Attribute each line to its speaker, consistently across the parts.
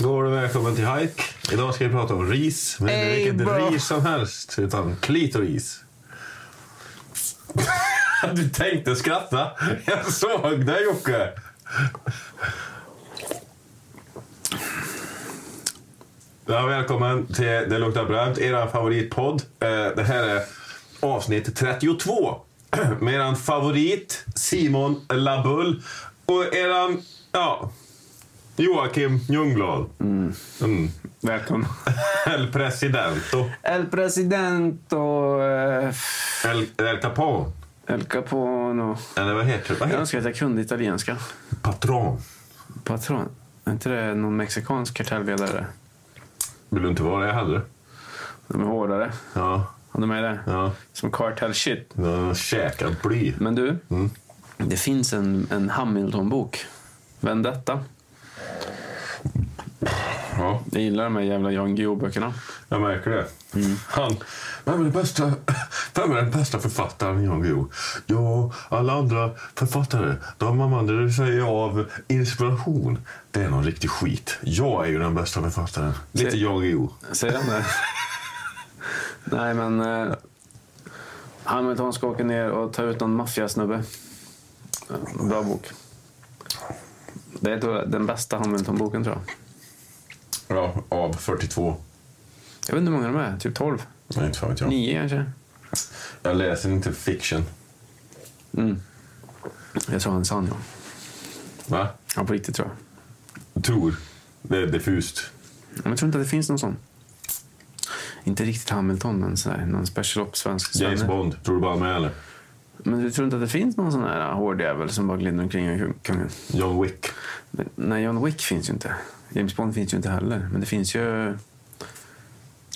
Speaker 1: välkommen till Hike. Idag ska vi prata om ris. Men inte
Speaker 2: Ey,
Speaker 1: vilket
Speaker 2: bra.
Speaker 1: ris som helst, utan klitoris. du tänkte skratta. Jag såg dig, Jocke. Ja, välkommen till Det luktar bränt, er favoritpodd. Eh, Det här är avsnitt 32 med er favorit Simon Labull och er ja, Joakim Ljungblad. Mm.
Speaker 3: Välkommen.
Speaker 1: El Presidento.
Speaker 2: El President och eh,
Speaker 1: El, El Capone.
Speaker 2: El Capone och...
Speaker 1: Eller vad heter det? Vad
Speaker 2: Jag
Speaker 1: heter
Speaker 2: önskar att jag kunde italienska.
Speaker 1: det? Patron.
Speaker 2: Patron. Är inte det någon mexikansk kartellledare?
Speaker 1: Vill du inte vara det heller?
Speaker 2: De är hårdare.
Speaker 1: Ja.
Speaker 2: Ja, de är det.
Speaker 1: Ja.
Speaker 2: Som kartell shit.
Speaker 1: ja Käkad bly.
Speaker 2: Men du, det finns en, en Hamilton-bok. Vem detta?
Speaker 1: Ja,
Speaker 2: Jag gillar de här jävla Jan Guillou-böckerna.
Speaker 1: jag märker det. Han. Vem är, den bästa, vem är den bästa författaren i Guillou? Ja, alla andra författare. De använder sig av inspiration. Det är någon riktig skit. Jag är ju den bästa författaren. Lite
Speaker 2: Se-
Speaker 1: Jan Guillou.
Speaker 2: Säger han det? Nej, men... Eh, Hamilton ska åka ner och ta ut någon maffiasnubbe. Ja, Bra bok. Det är då den bästa Hamilton-boken, tror jag.
Speaker 1: Ja, av 42.
Speaker 2: Jag vet inte hur många de är. Typ 12?
Speaker 1: Nej, inte fan vet jag.
Speaker 2: nio kanske?
Speaker 1: Jag läser inte fiction.
Speaker 2: Jag tror han är sann, ja.
Speaker 1: Va?
Speaker 2: Ja, på riktigt, tror jag.
Speaker 1: Tror. Det är diffust.
Speaker 2: Men jag tror inte att det finns någon sån. Inte riktigt Hamilton, men sådär, någon special op svensk
Speaker 1: James
Speaker 2: svenne.
Speaker 1: Bond. Tror du bara med eller?
Speaker 2: Men du tror inte att det finns någon sån här eh, hårdjävel som bara glider omkring och är kungen?
Speaker 1: John Wick.
Speaker 2: Nej, John Wick finns ju inte. James Bond finns ju inte heller. Men det finns ju...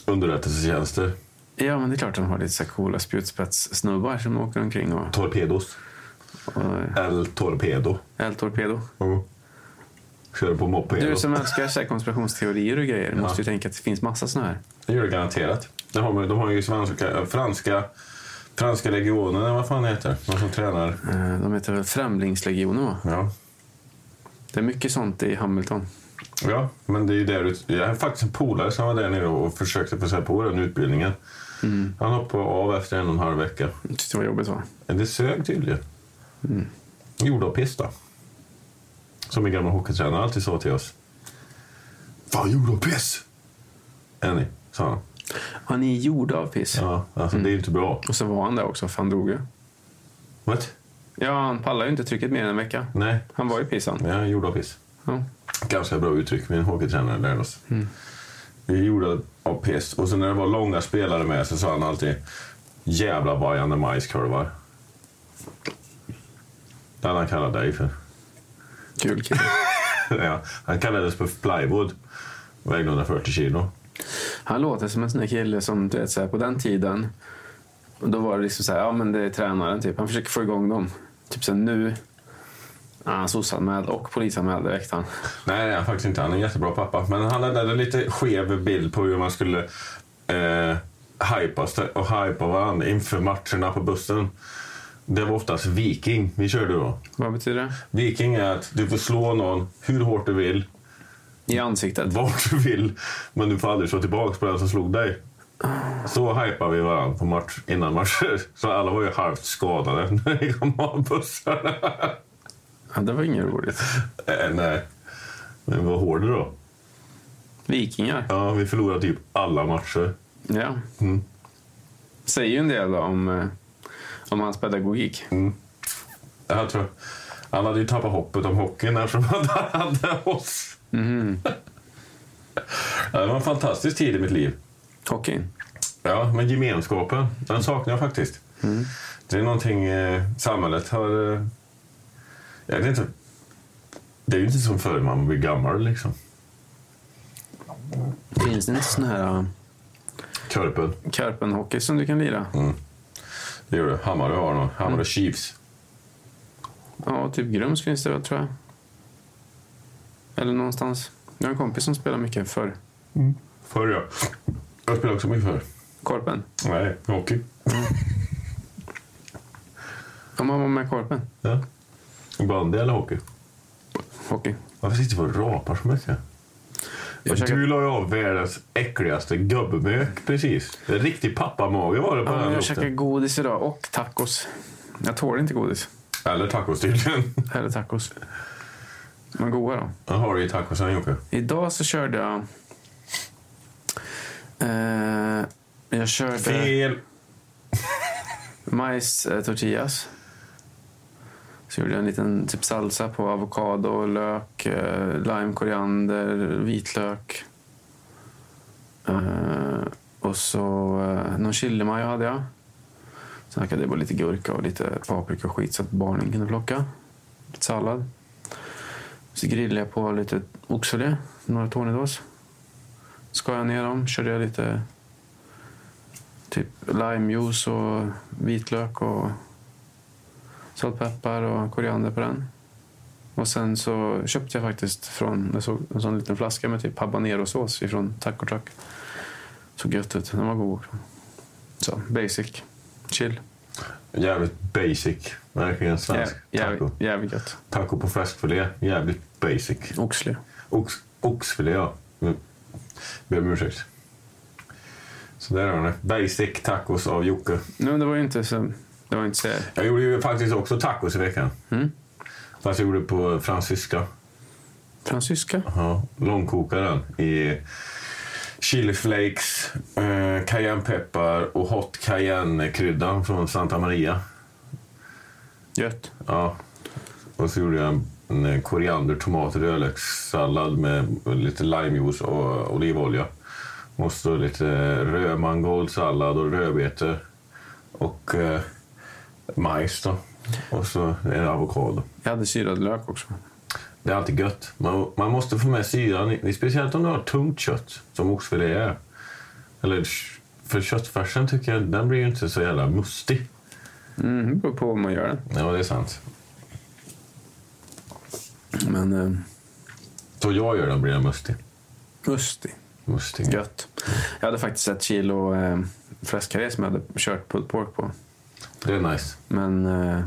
Speaker 1: Underrättelsetjänster.
Speaker 2: Ja, men det är klart de har lite så här coola spjutspets-snubbar som åker omkring och...
Speaker 1: Torpedos.
Speaker 2: och
Speaker 1: El Torpedo.
Speaker 2: L-torpedo.
Speaker 1: Mm. Kör på moppedo.
Speaker 2: Du som älskar så här konspirationsteorier och grejer måste ju tänka att det finns massa såna här.
Speaker 1: Det gör det garanterat. De har, de har ju svenska, franska, franska legionen, eller vad fan heter. De som tränar.
Speaker 2: Eh, De heter väl Främlingslegionen, va?
Speaker 1: Ja.
Speaker 2: Det är mycket sånt i Hamilton.
Speaker 1: ja, men det är ju där ut- Jag har faktiskt en polare som var där nere och försökte få sig på den utbildningen. Han hoppade av efter en och en halv vecka.
Speaker 2: Jag tyckte det var jobbigt, va?
Speaker 1: Men Det sög tydligen. Mm. Gjord av pista. Som min gamla hockeytränare alltid sa till oss. Fan, gjord av piss! Är ni? Sa han.
Speaker 2: Han är gjord av piss.
Speaker 1: Ja, alltså det är ju inte bra.
Speaker 2: Och så var han där också, för han drog ju.
Speaker 1: What?
Speaker 2: Ja, han pallade ju inte trycket mer än en vecka.
Speaker 1: Nej,
Speaker 2: Han var ju piss, han.
Speaker 1: jag är gjord av piss.
Speaker 2: Ja.
Speaker 1: Ganska bra uttryck min hockeytränare lärde oss. Vi är gjorda av piss. Och sen när det var långa spelare med så sa han alltid jävla vajande majskorvar. Det hade han kallat dig för.
Speaker 2: Kul kille.
Speaker 1: ja, han kallades för plywood. Vägde 140 kilo.
Speaker 2: Han låter som en sån där kille som, du vet, så här, på den tiden. och Då var det liksom så här, ja men det är tränaren typ. Han försöker få igång dem. Typ så här, nu. Ja, han soc-anmäld och polisanmäld direkt han.
Speaker 1: Nej, det är han faktiskt inte. Han är en jättebra pappa. Men han hade en lite skev bild på hur man skulle eh, hypas och hypa varandra inför matcherna på bussen. Det var oftast viking vi körde då.
Speaker 2: Vad betyder det?
Speaker 1: Viking är att du får slå någon hur hårt du vill,
Speaker 2: I ansiktet.
Speaker 1: vart du vill, men du får aldrig slå tillbaka på den som slog dig. Så hypar vi varandra på match, innan matcher. Så alla var ju halvt skadade när det kom av bussarna.
Speaker 2: Ja, det var inget roligt.
Speaker 1: Eh, nej. Men vad hård då.
Speaker 2: Vikingar.
Speaker 1: Ja, vi förlorade typ alla matcher.
Speaker 2: Ja.
Speaker 1: Mm.
Speaker 2: Säger ju en del då om, eh, om hans pedagogik.
Speaker 1: Jag tror, han hade ju tappat hoppet om hockeyn eftersom han hade oss. Mhm. Ja, det var en fantastisk tid i mitt liv.
Speaker 2: Hockeyn.
Speaker 1: Ja, men gemenskapen, den saknar jag faktiskt. Det är någonting eh, samhället har... Eh, jag vet inte. Det är ju inte som förr, man blir gammal liksom.
Speaker 2: Finns det inte sån här eh,
Speaker 1: Körpen,
Speaker 2: Karpenhockey som du kan lira?
Speaker 1: det gör det. Hammarö har någon. Hammarö Chiefs.
Speaker 2: Ja, typ Grums finns det väl, tror jag. Eller någonstans. Jag har en kompis som spelar mycket för
Speaker 1: Förr ja. Jag spelade också mycket förr.
Speaker 2: Korpen.
Speaker 1: Nej, hockey.
Speaker 2: Ja, man var med i Korpen.
Speaker 1: Ja. Bandy eller hockey?
Speaker 2: Hockey.
Speaker 1: Varför sitter vi och rapar så mycket? Ja, Du la ju av världens äckligaste gubbmök precis. En riktig pappamage var det på
Speaker 2: Ja, men
Speaker 1: den
Speaker 2: jag
Speaker 1: låten.
Speaker 2: käkar godis idag och tacos. Jag tål inte godis.
Speaker 1: Eller tacos tydligen.
Speaker 2: Eller tacos. Men goda då.
Speaker 1: Jag har du ju tacosen Jocke.
Speaker 2: Idag så körde jag... Eh, jag körde
Speaker 1: Fel!
Speaker 2: majs eh, tortillas. Så gjorde jag en liten typ salsa på avokado, lök, eh, lime, koriander, vitlök. Eh, och så eh, någon chilimajo hade jag. Sen hackade jag på lite gurka och lite paprika och skit så att barnen kunde plocka. Lite sallad. Så grillade jag på lite oxfilé, några tornedos. Skar jag ner dem, körde jag lite typ limejuice och vitlök och saltpeppar och koriander på den. Och sen så köpte jag faktiskt från, jag såg en sån liten flaska med typ habanerosås ifrån Taco Truck. Såg gött ut, den var god också. Så basic, chill,
Speaker 1: Jävligt basic. Verkligen svensk
Speaker 2: Jä- jävligt,
Speaker 1: taco.
Speaker 2: jävligt gött.
Speaker 1: Taco på fläskfilé. Jävligt basic.
Speaker 2: Oxle.
Speaker 1: Ox, oxfilé ja. Mm. Ber om ursäkt. Så där har ni. Basic tacos av Jocke.
Speaker 2: Nej men det var ju inte så, det var inte så,
Speaker 1: Jag gjorde ju faktiskt också tacos i veckan.
Speaker 2: Mm.
Speaker 1: Fast jag gjorde det på fransyska.
Speaker 2: fransyska.
Speaker 1: Ja, långkoka den i chili flakes, eh, cayennepeppar och hot cayenne-kryddan från Santa Maria.
Speaker 2: Gött.
Speaker 1: Ja. Och så gjorde jag en- en eh, koriander, tomat och rödlökssallad med lite limejuice och olivolja. Och så lite rödmangoldsallad och rödbetor och eh, majs då. Och så en avokado.
Speaker 2: Jag hade syrad lök också.
Speaker 1: Det är alltid gött. Man, man måste få med syran, i- speciellt om du har tungt kött som oxfilé är. Eller, för köttfärsen tycker jag, den blir ju inte så jävla mustig.
Speaker 2: Mm, det beror på vad man gör den.
Speaker 1: Ja, det är sant.
Speaker 2: Men eh,
Speaker 1: Så jag gör den blir den mustig.
Speaker 2: mustig.
Speaker 1: mustig.
Speaker 2: Gött. Jag hade faktiskt ett kilo eh, fläskkarré som jag hade kört pulled pork på.
Speaker 1: Det är nice.
Speaker 2: Men eh,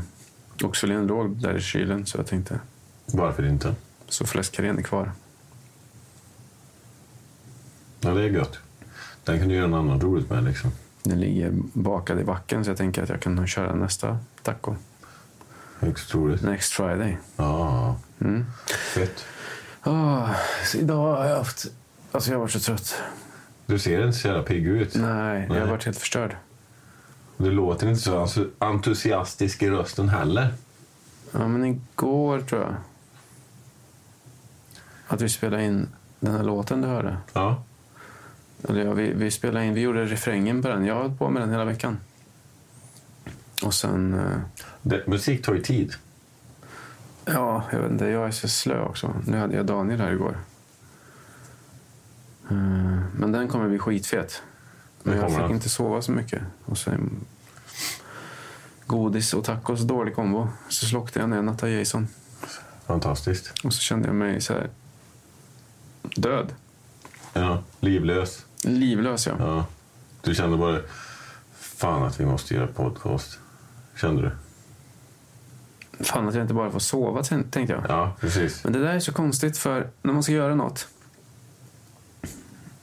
Speaker 2: oxfilén låg där i kylen så jag tänkte,
Speaker 1: Varför inte?
Speaker 2: så fläskkarrén är kvar.
Speaker 1: Ja, det är gött. Den kan du göra något annat roligt med liksom.
Speaker 2: Den ligger bakad i backen så jag tänker att jag kan köra nästa taco.
Speaker 1: Högst troligt.
Speaker 2: Next Friday.
Speaker 1: Ja,
Speaker 2: Mm.
Speaker 1: fett.
Speaker 2: Ah, så idag har jag haft... Alltså jag har varit så trött.
Speaker 1: Du ser inte så jävla pigg ut.
Speaker 2: Nej, jag har
Speaker 1: Nej.
Speaker 2: varit helt förstörd.
Speaker 1: Du låter inte så ensu- entusiastisk i rösten heller.
Speaker 2: Ja, men igår tror jag att vi spelade in den här låten du hörde.
Speaker 1: Ja.
Speaker 2: Eller ja, vi, vi spelade in, vi gjorde refrängen på den. Jag har hållit på med den hela veckan. Och sen, eh,
Speaker 1: Det, musik tar ju tid.
Speaker 2: ja, jag vet inte, jag är så slö också. Nu hade jag Daniel här igår. Eh, Men den kommer bli skitfet. Men
Speaker 1: Det
Speaker 2: jag
Speaker 1: kommer
Speaker 2: fick
Speaker 1: den.
Speaker 2: inte sova så mycket. Och sen godis och tacos, dålig kombo. Så slocknade jag när jag nattade Jason.
Speaker 1: Fantastiskt.
Speaker 2: Och så kände jag mig så här död.
Speaker 1: Ja, livlös.
Speaker 2: Livlös, ja.
Speaker 1: Ja. Du kände bara, fan att vi måste göra podcast. Kände du?
Speaker 2: Fan att jag inte bara får sova, tän- tänkte jag.
Speaker 1: Ja, precis.
Speaker 2: Men det där är så konstigt för när man ska göra något.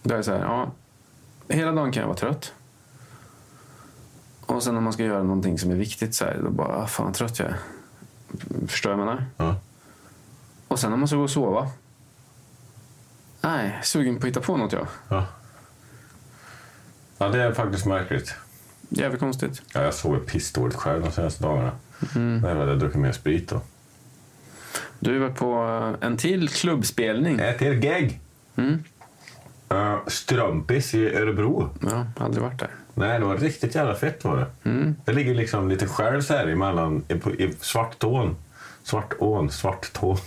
Speaker 2: Då är det så här, ja. Hela dagen kan jag vara trött. Och sen när man ska göra någonting som är viktigt så här, då bara, ah, fan vad trött jag är. Förstår jag vad jag menar?
Speaker 1: Ja.
Speaker 2: Och sen när man ska gå och sova. Nej, sugen på att hitta på något jag.
Speaker 1: Ja. ja, det är faktiskt märkligt.
Speaker 2: Jävligt konstigt.
Speaker 1: Ja, jag sov ju pissdåligt själv de senaste dagarna. När jag hade druckit mer sprit då.
Speaker 2: Du har ju varit på eh, en till klubbspelning.
Speaker 1: Ett till gig!
Speaker 2: Mm.
Speaker 1: Eh, Strömpis i Örebro.
Speaker 2: Ja, aldrig varit där.
Speaker 1: Nej, det var riktigt jävla fett var det. Det ligger liksom lite själv så här emellan, i, på- i Svartån. Svartån, Svartån,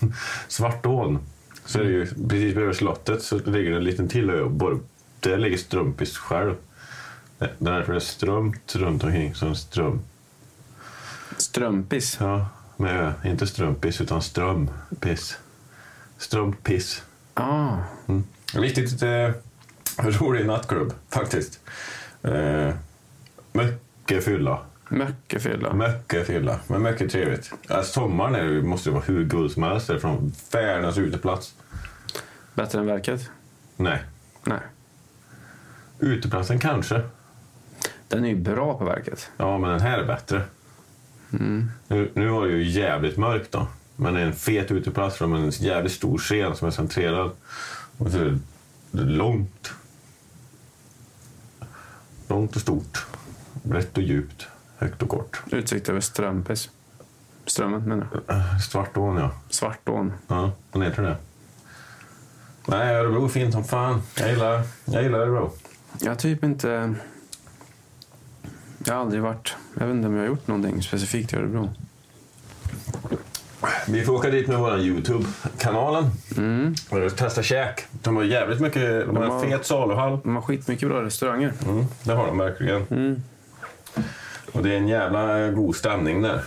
Speaker 1: Svartån. Så är det ju precis bredvid slottet så ligger det en liten till ö. och bara- Där ligger Strömpis själv. Det- Därför är det strömt runt omkring som ström.
Speaker 2: Strömpis.
Speaker 1: Ja, med ö. Inte strömpis utan strömpiss. Strömpiss.
Speaker 2: Ah,
Speaker 1: Mm. Riktigt eh, rolig nattklubb faktiskt. Eh, mycket fylla.
Speaker 2: mycket fylla.
Speaker 1: Mycket fylla, men mycket trevligt. Ja, sommaren är, det ju- måste ju vara hur god som helst. Det är från världens uteplats.
Speaker 2: Bättre än verket.
Speaker 1: Nej.
Speaker 2: Nej.
Speaker 1: Uteplatsen kanske.
Speaker 2: Den är ju bra på verket.
Speaker 1: Ja, men den här är bättre. Nu, nu var det ju jävligt mörkt då. Men det är en fet uteplats från en jävligt stor scen som är centrerad. Och så är det långt. Långt och stort. Brett och djupt. Högt och kort.
Speaker 2: Utsikt över Strömpes. Strömmen menar jag.
Speaker 1: Svartån, ja.
Speaker 2: Svartån.
Speaker 1: Ja, den heter det. Nej, Örebro är fint som fan. Jag gillar, jag gillar Örebro.
Speaker 2: Jag har typ inte... Jag har aldrig varit... Jag vet inte om jag har gjort någonting specifikt i Örebro.
Speaker 1: Vi får åka dit med vår Youtube-kanalen. Och testa käk. De har jävligt mycket... De har
Speaker 2: har-
Speaker 1: en fet saluhall.
Speaker 2: De har skitmycket bra restauranger.
Speaker 1: Mm, det har de verkligen. Och det är en jävla eh, god stämning där.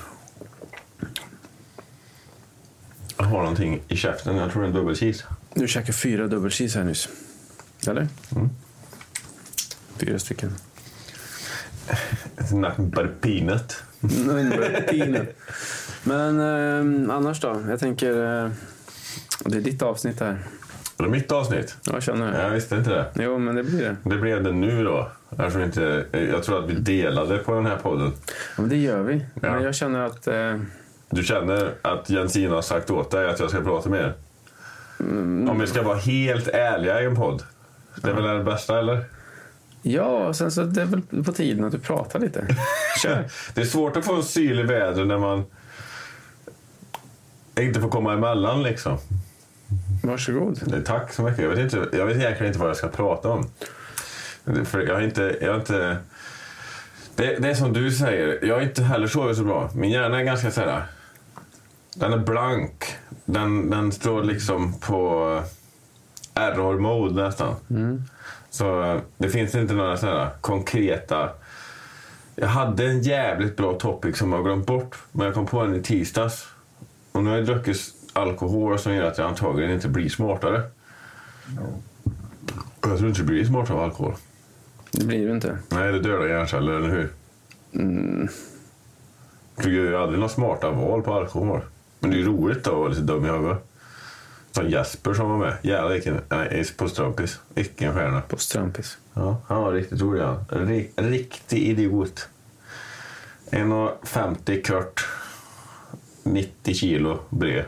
Speaker 1: Jag har någonting i käften. Jag tror det är en dubbelkis.
Speaker 2: Du käkade fyra double cheese här nyss. Eller? Fyra stycken.
Speaker 1: It's nothing but a peanut.
Speaker 2: Nummer Men eh, annars då? Jag tänker... Eh, det är ditt avsnitt här.
Speaker 1: Var det mitt avsnitt?
Speaker 2: Jag känner det.
Speaker 1: Jag visste inte det.
Speaker 2: Jo, men det blir det.
Speaker 1: Det blev det nu då. Jag tror, inte, jag tror att vi delade på den här podden.
Speaker 2: Ja, men det gör vi.
Speaker 1: Ja.
Speaker 2: Men jag känner att... Eh,
Speaker 1: Du känner att Jensina har sagt åt dig att jag ska prata med er? Om vi ska vara helt ärliga i en podd. Det är väl det bästa eller?
Speaker 2: ja, och sen så det är väl på tiden att du pratar lite. Kör.
Speaker 1: Det är svårt att få en syl i vädret när man inte får komma emellan liksom.
Speaker 2: Varsågod.
Speaker 1: Nej, Tack så mycket. Jag vet, inte, jag vet egentligen inte vad jag ska prata om. Det- För jag har inte... Jag har inte det, det är som du säger, jag har inte heller sovit så bra. Min hjärna är ganska så här... Den är blank. Den, den står liksom på error-mode nästan. Så eh, det finns inte några så här konkreta... Jag hade en jävligt bra topic som jag har glömt bort, men jag kom på den i tisdags. Och nu har jag druckit alkohol som gör att jag antagligen inte blir smartare. Och jag tror inte du blir smartare av alkohol.
Speaker 2: Det blir du inte.
Speaker 1: Nej, det dödar hjärnceller, eller hur? Du gör ju aldrig några smarta val på alkohol. Men det är ju roligt då att vara lite dum i huvudet. Som Jesper som var med. Jävlar vilken... Nej, på Strumpis. Vilken stjärna.
Speaker 2: På Strampis.
Speaker 1: Ja, han var riktigt rolig han. Ri- Riktig idiot. 1,50 kort. 90 kilo bred.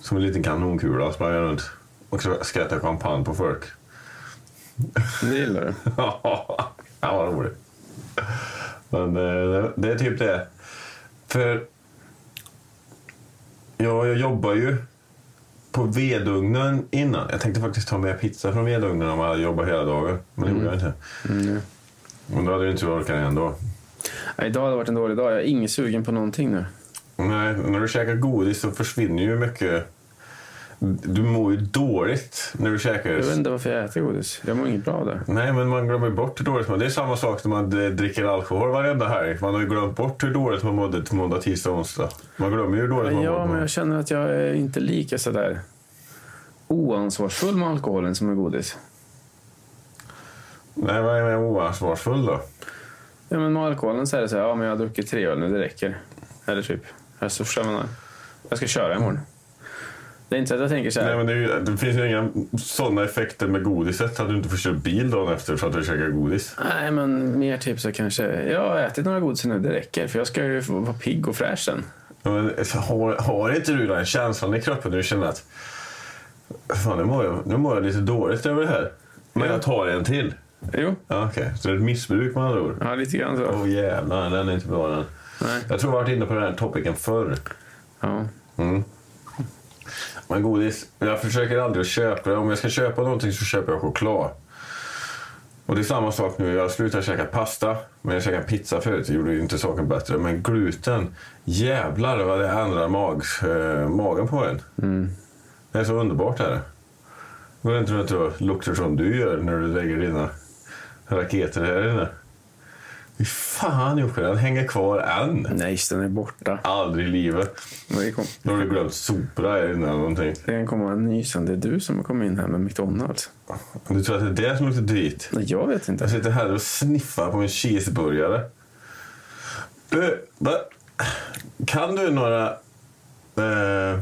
Speaker 1: Som en liten kanonkula sprang jag runt. Och så skrattade champagne på folk.
Speaker 2: Det gillar du.
Speaker 1: Ja, han var rolig. Men eh, det är typ det. För ja, jag jobbar ju på vedugnen innan. Jag tänkte faktiskt ta med pizza från vedugnen om jag hade jobbat hela dagen. Men det gjorde jag inte. Men då hade jag inte orkat det ändå.
Speaker 2: Ja, idag har det varit en dålig dag. Jag är inget sugen på någonting nu.
Speaker 1: Nej, när du käkar godis så försvinner ju mycket. Du mår ju dåligt när du käkar.
Speaker 2: Jag vet inte varför jag äter godis. Jag mår inget bra av det.
Speaker 1: Nej, men man glömmer bort hur dåligt man... Det är samma sak när man eh, dricker alkohol varenda helg. Man har ju glömt bort hur dåligt man mådde till måndag, tisdag, onsdag. Man glömmer ju hur dåligt man
Speaker 2: Ja, men
Speaker 1: mådde.
Speaker 2: jag känner att jag är inte lika sådär oansvarsfull med alkoholen som med godis.
Speaker 1: Nej, vad är jag oansvarsfull då?
Speaker 2: Ja, men med alkoholen så är det så här, ja men jag har druckit tre öl nu, det räcker. Eller typ, alltså förstår man Jag ska köra imorgon. Det är inte så att jag tänker så här,
Speaker 1: Nej, men det, är ju, det finns ju inga sådana effekter med godiset. Att du inte får köra bil dagen efter för att du käkar godis.
Speaker 2: nej men mer typ så kanske, jag har ätit några godis nu, det räcker. För jag ska ju vara pigg och fräsch sen.
Speaker 1: Ja, Men, eh, har, har inte du den känslan i kroppen? Du känner att fan, nu, mår jag, nu mår jag lite dåligt över det här. Men
Speaker 2: Ja.
Speaker 1: jag tar en till.
Speaker 2: Jo,
Speaker 1: Ja, Okej, så det är ett missbruk med andra ord.
Speaker 2: ja lite grann så.
Speaker 1: Åh jävlar, den är inte bra den.
Speaker 2: Nej.
Speaker 1: Jag tror vi har varit inne på den här topicen förr.
Speaker 2: Ja.
Speaker 1: Men godis, jag försöker aldrig att köpa det. Om jag ska köpa någonting så köper jag choklad. Och det är samma sak nu. Jag slutar käka pasta, men jag käkade pizza förut. Det gjorde ju inte saken bättre. Men gluten, jävlar vad det ändrar mags, eh, magen på en. Det är så underbart är det. Går inte runt och luktar som du gör när du lägger dina raketer här inne. Fy fan Jocke, den hänger kvar än.
Speaker 2: Nej, den är borta.
Speaker 1: Aldrig i livet.
Speaker 2: Det kom-
Speaker 1: Då har du glömt sopa här inne eller någonting.
Speaker 2: det kan komma en ny sen. Det är du som har kommit in här med McDonalds.
Speaker 1: Du tror att det är det som luktar drit?
Speaker 2: Nej, jag vet inte.
Speaker 1: Jag sitter här och sniffar på en cheeseburgare. Du, va? Kan du några... Eh,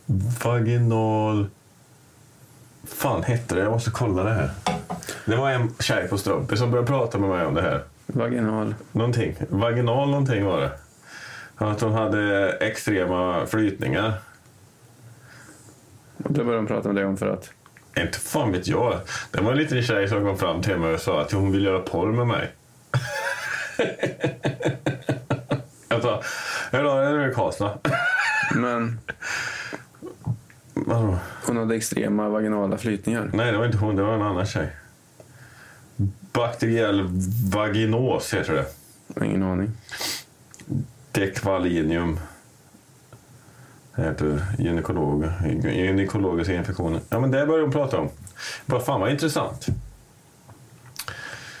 Speaker 1: Vaginal... fan hette det? Jag måste kolla det här. Det var en tjej på Strumpe som började prata med mig om det här.
Speaker 2: Vaginal.
Speaker 1: Någonting. Vaginal någonting var det. Att hon hade extrema flytningar.
Speaker 2: Och då började de prata med dig om för att...
Speaker 1: Inte fan vet jag. Det var en liten tjej som kom fram till mig och sa att hon vill göra porr med mig. jag sa, hur har du det i Karlstad?
Speaker 2: Men
Speaker 1: Vadå?
Speaker 2: hon hade extrema vaginala flytningar.
Speaker 1: Nej, det var inte hon. Det var en annan tjej. Bakteriell vaginos heter det.
Speaker 2: Jag har Ingen aning.
Speaker 1: Dekvalinium. Det heter gynekolog, gynekologiska infektioner. Ja, men det började de prata om. Bara fan vad intressant.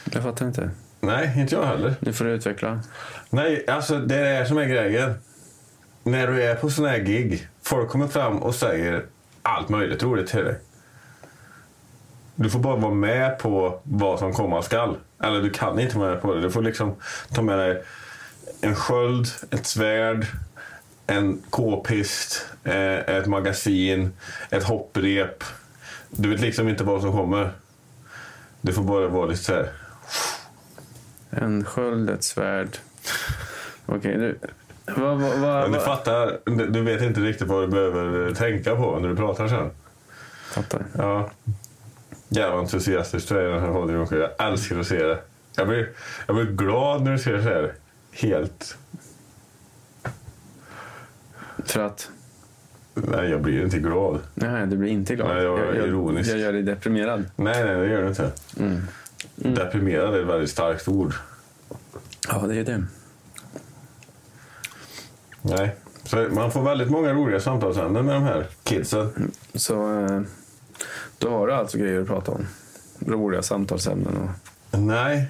Speaker 2: Jag fattar inte.
Speaker 1: Nej, inte jag heller.
Speaker 2: Nu får du utveckla.
Speaker 1: Nej, alltså det är det här som är grejen. När du är på såna här gig, folk kommer fram och säger allt möjligt roligt till dig. Du får bara vara med på vad som komma skall. Eller du kan inte vara med på det. Du får liksom ta med dig en sköld, ett svärd, en k-pist, eh, ett magasin, ett hopprep. Du vet liksom inte vad som kommer. Du får bara vara lite så här.
Speaker 2: En sköld, ett svärd. Okej, du... Vad, vad, vad,
Speaker 1: Men du
Speaker 2: vad?
Speaker 1: fattar, du du vet inte riktigt vad du behöver eh, tänka på när du pratar sen.
Speaker 2: Fattar.
Speaker 1: Ja. Jävla entusiastisk du är i den här podden. Jag älskar att se det. Jag blir, jag blir glad när du ser så här. Helt...
Speaker 2: För att...
Speaker 1: Nej, jag blir inte glad.
Speaker 2: Nej, du blir inte glad.
Speaker 1: Nej, jag var ironisk.
Speaker 2: Jag, jag gör dig deprimerad.
Speaker 1: Nej, nej, det gör du inte.
Speaker 2: Mm.
Speaker 1: Deprimerad är ett väldigt starkt ord.
Speaker 2: Ja, det är ju det.
Speaker 1: Nej. Så man får väldigt många roliga samtalsämnen med de här kidsen.
Speaker 2: Så eh, då har du alltså grejer att prata om. Roliga samtalsämnen och...
Speaker 1: Nej.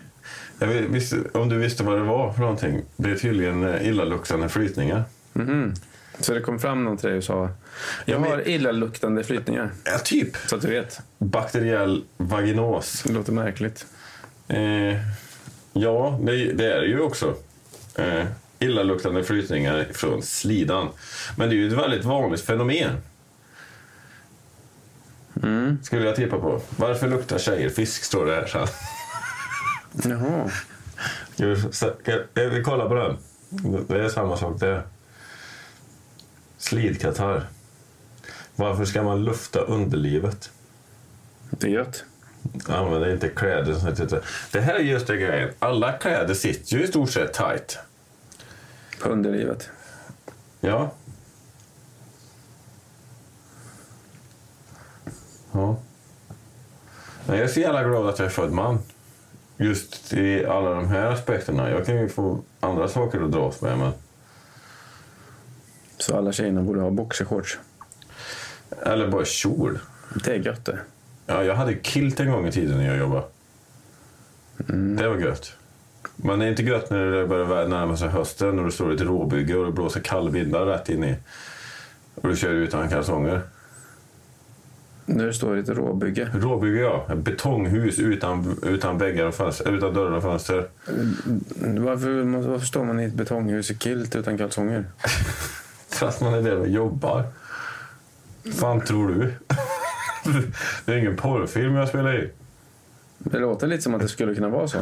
Speaker 1: Jag vet- visste, om du visste vad det var för någonting. Det är tydligen eh, illaluktande flytningar.
Speaker 2: Mhm. Så det kom fram någon till dig och sa
Speaker 1: Ja,
Speaker 2: Jag
Speaker 1: men-
Speaker 2: har illaluktande flytningar.
Speaker 1: Ja, typ.
Speaker 2: Så att du vet.
Speaker 1: Bakteriell vaginos.
Speaker 2: Det låter märkligt.
Speaker 1: Eh, ja, det, det är det ju också. Eh, illaluktande flytningar från slidan. Men det är ju ett väldigt vanligt fenomen,
Speaker 2: Mm.
Speaker 1: skulle jag tippa på. Varför luktar tjejer fisk, står det här. Så. här.
Speaker 2: Jaha.
Speaker 1: Ska vi- ska- eh, Vi kollar på den. Det är samma sak där. Slidkatarr. Varför ska man lufta underlivet?
Speaker 2: Det är gött.
Speaker 1: Använder inte kläder. som sitter- Det här är just det grejen. Alla kläder sitter ju i stort sett tight.
Speaker 2: På underlivet.
Speaker 1: Ja. Ja. Nej, Jag är så jävla glad att jag är född man. Just i alla de här aspekterna. Jag kan ju få andra saker att dras med. Men...
Speaker 2: Så alla tjejerna borde ha boxershorts.
Speaker 1: Eller bara kjol.
Speaker 2: Det är gött det.
Speaker 1: Ja, jag hade kilt en gång i tiden när jag jobbade. Det var gött. Men det är inte gött när det börjar närma sig hösten och du står i ett råbygge och det blåser kallvindar rätt in i... Och du kör utan kalsonger.
Speaker 2: Nu står det ett råbygge.
Speaker 1: Råbygge ja. Ett Betonghus utan, utan väggar och fönster, utan dörrar och fönster.
Speaker 2: Varför, varför står man i ett betonghus i kilt utan kalsonger?
Speaker 1: För att man är där och jobbar. fan tror du? det är ingen porrfilm jag spelar i.
Speaker 2: Det låter lite som att det skulle kunna vara så.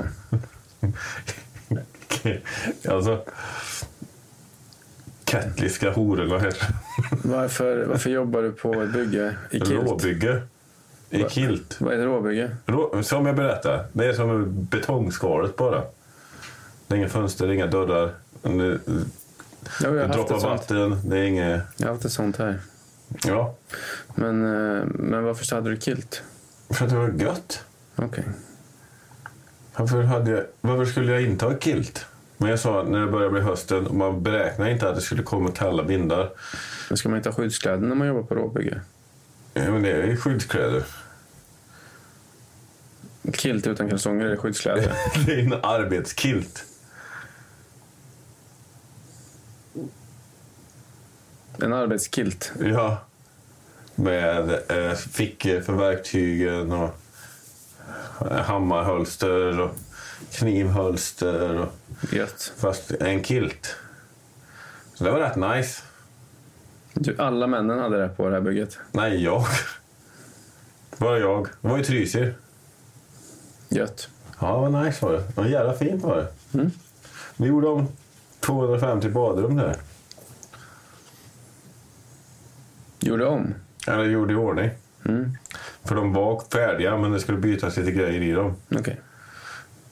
Speaker 1: alltså... Kettliska hororna heter
Speaker 2: Varför, varför jobbar du på ett bygge i
Speaker 1: det.
Speaker 2: kilt?
Speaker 1: Råbygge. I kilt.
Speaker 2: Vad är ett råbygge?
Speaker 1: Rå, som jag berättade, det är som betongskalet bara. Det är inga fönster, det är inga dörrar. Det,
Speaker 2: Ja, jag,
Speaker 1: det
Speaker 2: har haft
Speaker 1: droppar
Speaker 2: ett sånt,
Speaker 1: vatten, det är inget...
Speaker 2: jag har haft ett sånt här.
Speaker 1: Ja.
Speaker 2: Men, eh, men varför så hade du kilt?
Speaker 1: För att det var gött.
Speaker 2: Okej.
Speaker 1: Varför, hade jag, varför skulle jag inte ha kilt? Men jag sa att när det börjar bli hösten och man beräknar inte att det skulle komma kalla vindar.
Speaker 2: Men ska man inte ha skyddskläder när man jobbar på råbygge?
Speaker 1: Ja, men det är ju skyddskläder.
Speaker 2: Kilt utan kalsonger är skyddskläder.
Speaker 1: Det är en arbetskilt.
Speaker 2: En arbetskilt.
Speaker 1: Ja. Med eh, fickor för verktygen och eh, hammarhölster och knivhölster. Och,
Speaker 2: Gött.
Speaker 1: fast en kilt. Så det var rätt nice.
Speaker 2: Typ alla männen hade det på det här bygget.
Speaker 1: Nej, jag. Bara jag. Det var ju trysor.
Speaker 2: Gött.
Speaker 1: Ja, vad nice var det. Vad jävla fint var det.
Speaker 2: Mm.
Speaker 1: Vi gjorde om 250 badrum där.
Speaker 2: Gjorde om.
Speaker 1: Eller gjorde i ordning.
Speaker 2: Mm.
Speaker 1: För de var färdiga, men det skulle bytas lite grejer i dem.
Speaker 2: Okej.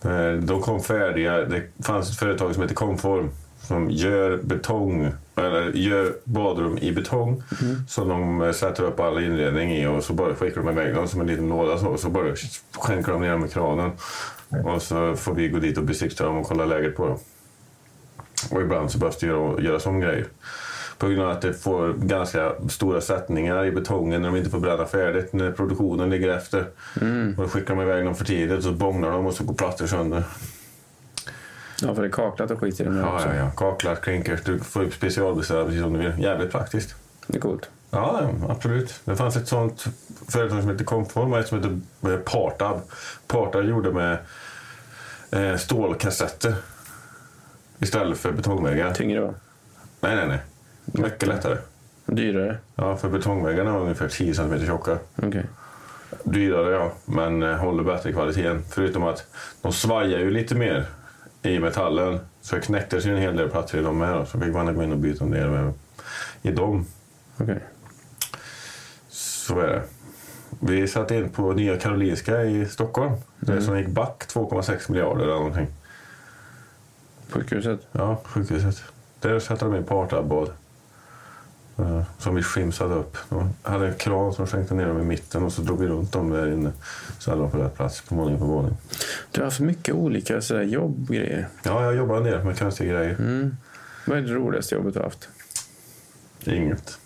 Speaker 1: Eh, De kom färdiga. Det fanns ett företag som heter Konform som gör betong, eller gör badrum i betong som de eh, sätter upp all inredning i och så bara skickar de iväg dem som en liten låda så, och så bara skänker de ner dem i kranen. Och så får vi gå dit och besikta dem och kolla läget på dem. Och ibland så behövs det göra, göras om grejer. På grund av att det får ganska stora sättningar i betongen när de inte får bränna färdigt när produktionen ligger efter. Och då skickar de iväg dem för tidigt så bångnar de och så går plattor sönder.
Speaker 2: Ja, för det är kaklat och skit i den här
Speaker 1: Ja,
Speaker 2: också.
Speaker 1: ja, ja. Kaklar, klinkers. Du får upp specialbeställa precis som du vill. Jävligt praktiskt.
Speaker 2: Det är coolt.
Speaker 1: Ja, ja, absolut. Det fanns ett sånt företag som hette Conform och ett som hette eh, Partab. Partab gjorde med eh, stålkassetter istället för betongväggar.
Speaker 2: Tyngre va?
Speaker 1: Nej, nej, nej. Mycket lättare.
Speaker 2: Dyrare.
Speaker 1: Ja, för betongväggarna var ungefär 10 cm tjocka.
Speaker 2: Okej.
Speaker 1: Dyrare, ja, men eh, håller bättre kvaliteten. Förutom att de svajar ju lite mer i metallen. Så det knäcktes ju en hel del platser i dem med. då. Så fick man gå in och byta en del med i dem.
Speaker 2: Okej.
Speaker 1: Så är det. Vi satte in på Nya Karolinska i Stockholm. Det som gick back 2,6 miljarder eller någonting.
Speaker 2: Sjukhuset.
Speaker 1: Ja, sjukhuset. Där satte de in partarbad. eh, Som vi skimsade upp. De hade en kran som skänkte ner dem i mitten och så drog vi runt dem där inne. Så hade de på rätt plats på våning för våning.
Speaker 2: Du har haft mycket olika så här, jobb och grejer.
Speaker 1: Ja, jag jobbar en del med konstiga grejer.
Speaker 2: Mm. Vad är det roligaste jobbet du har haft?
Speaker 1: Inget.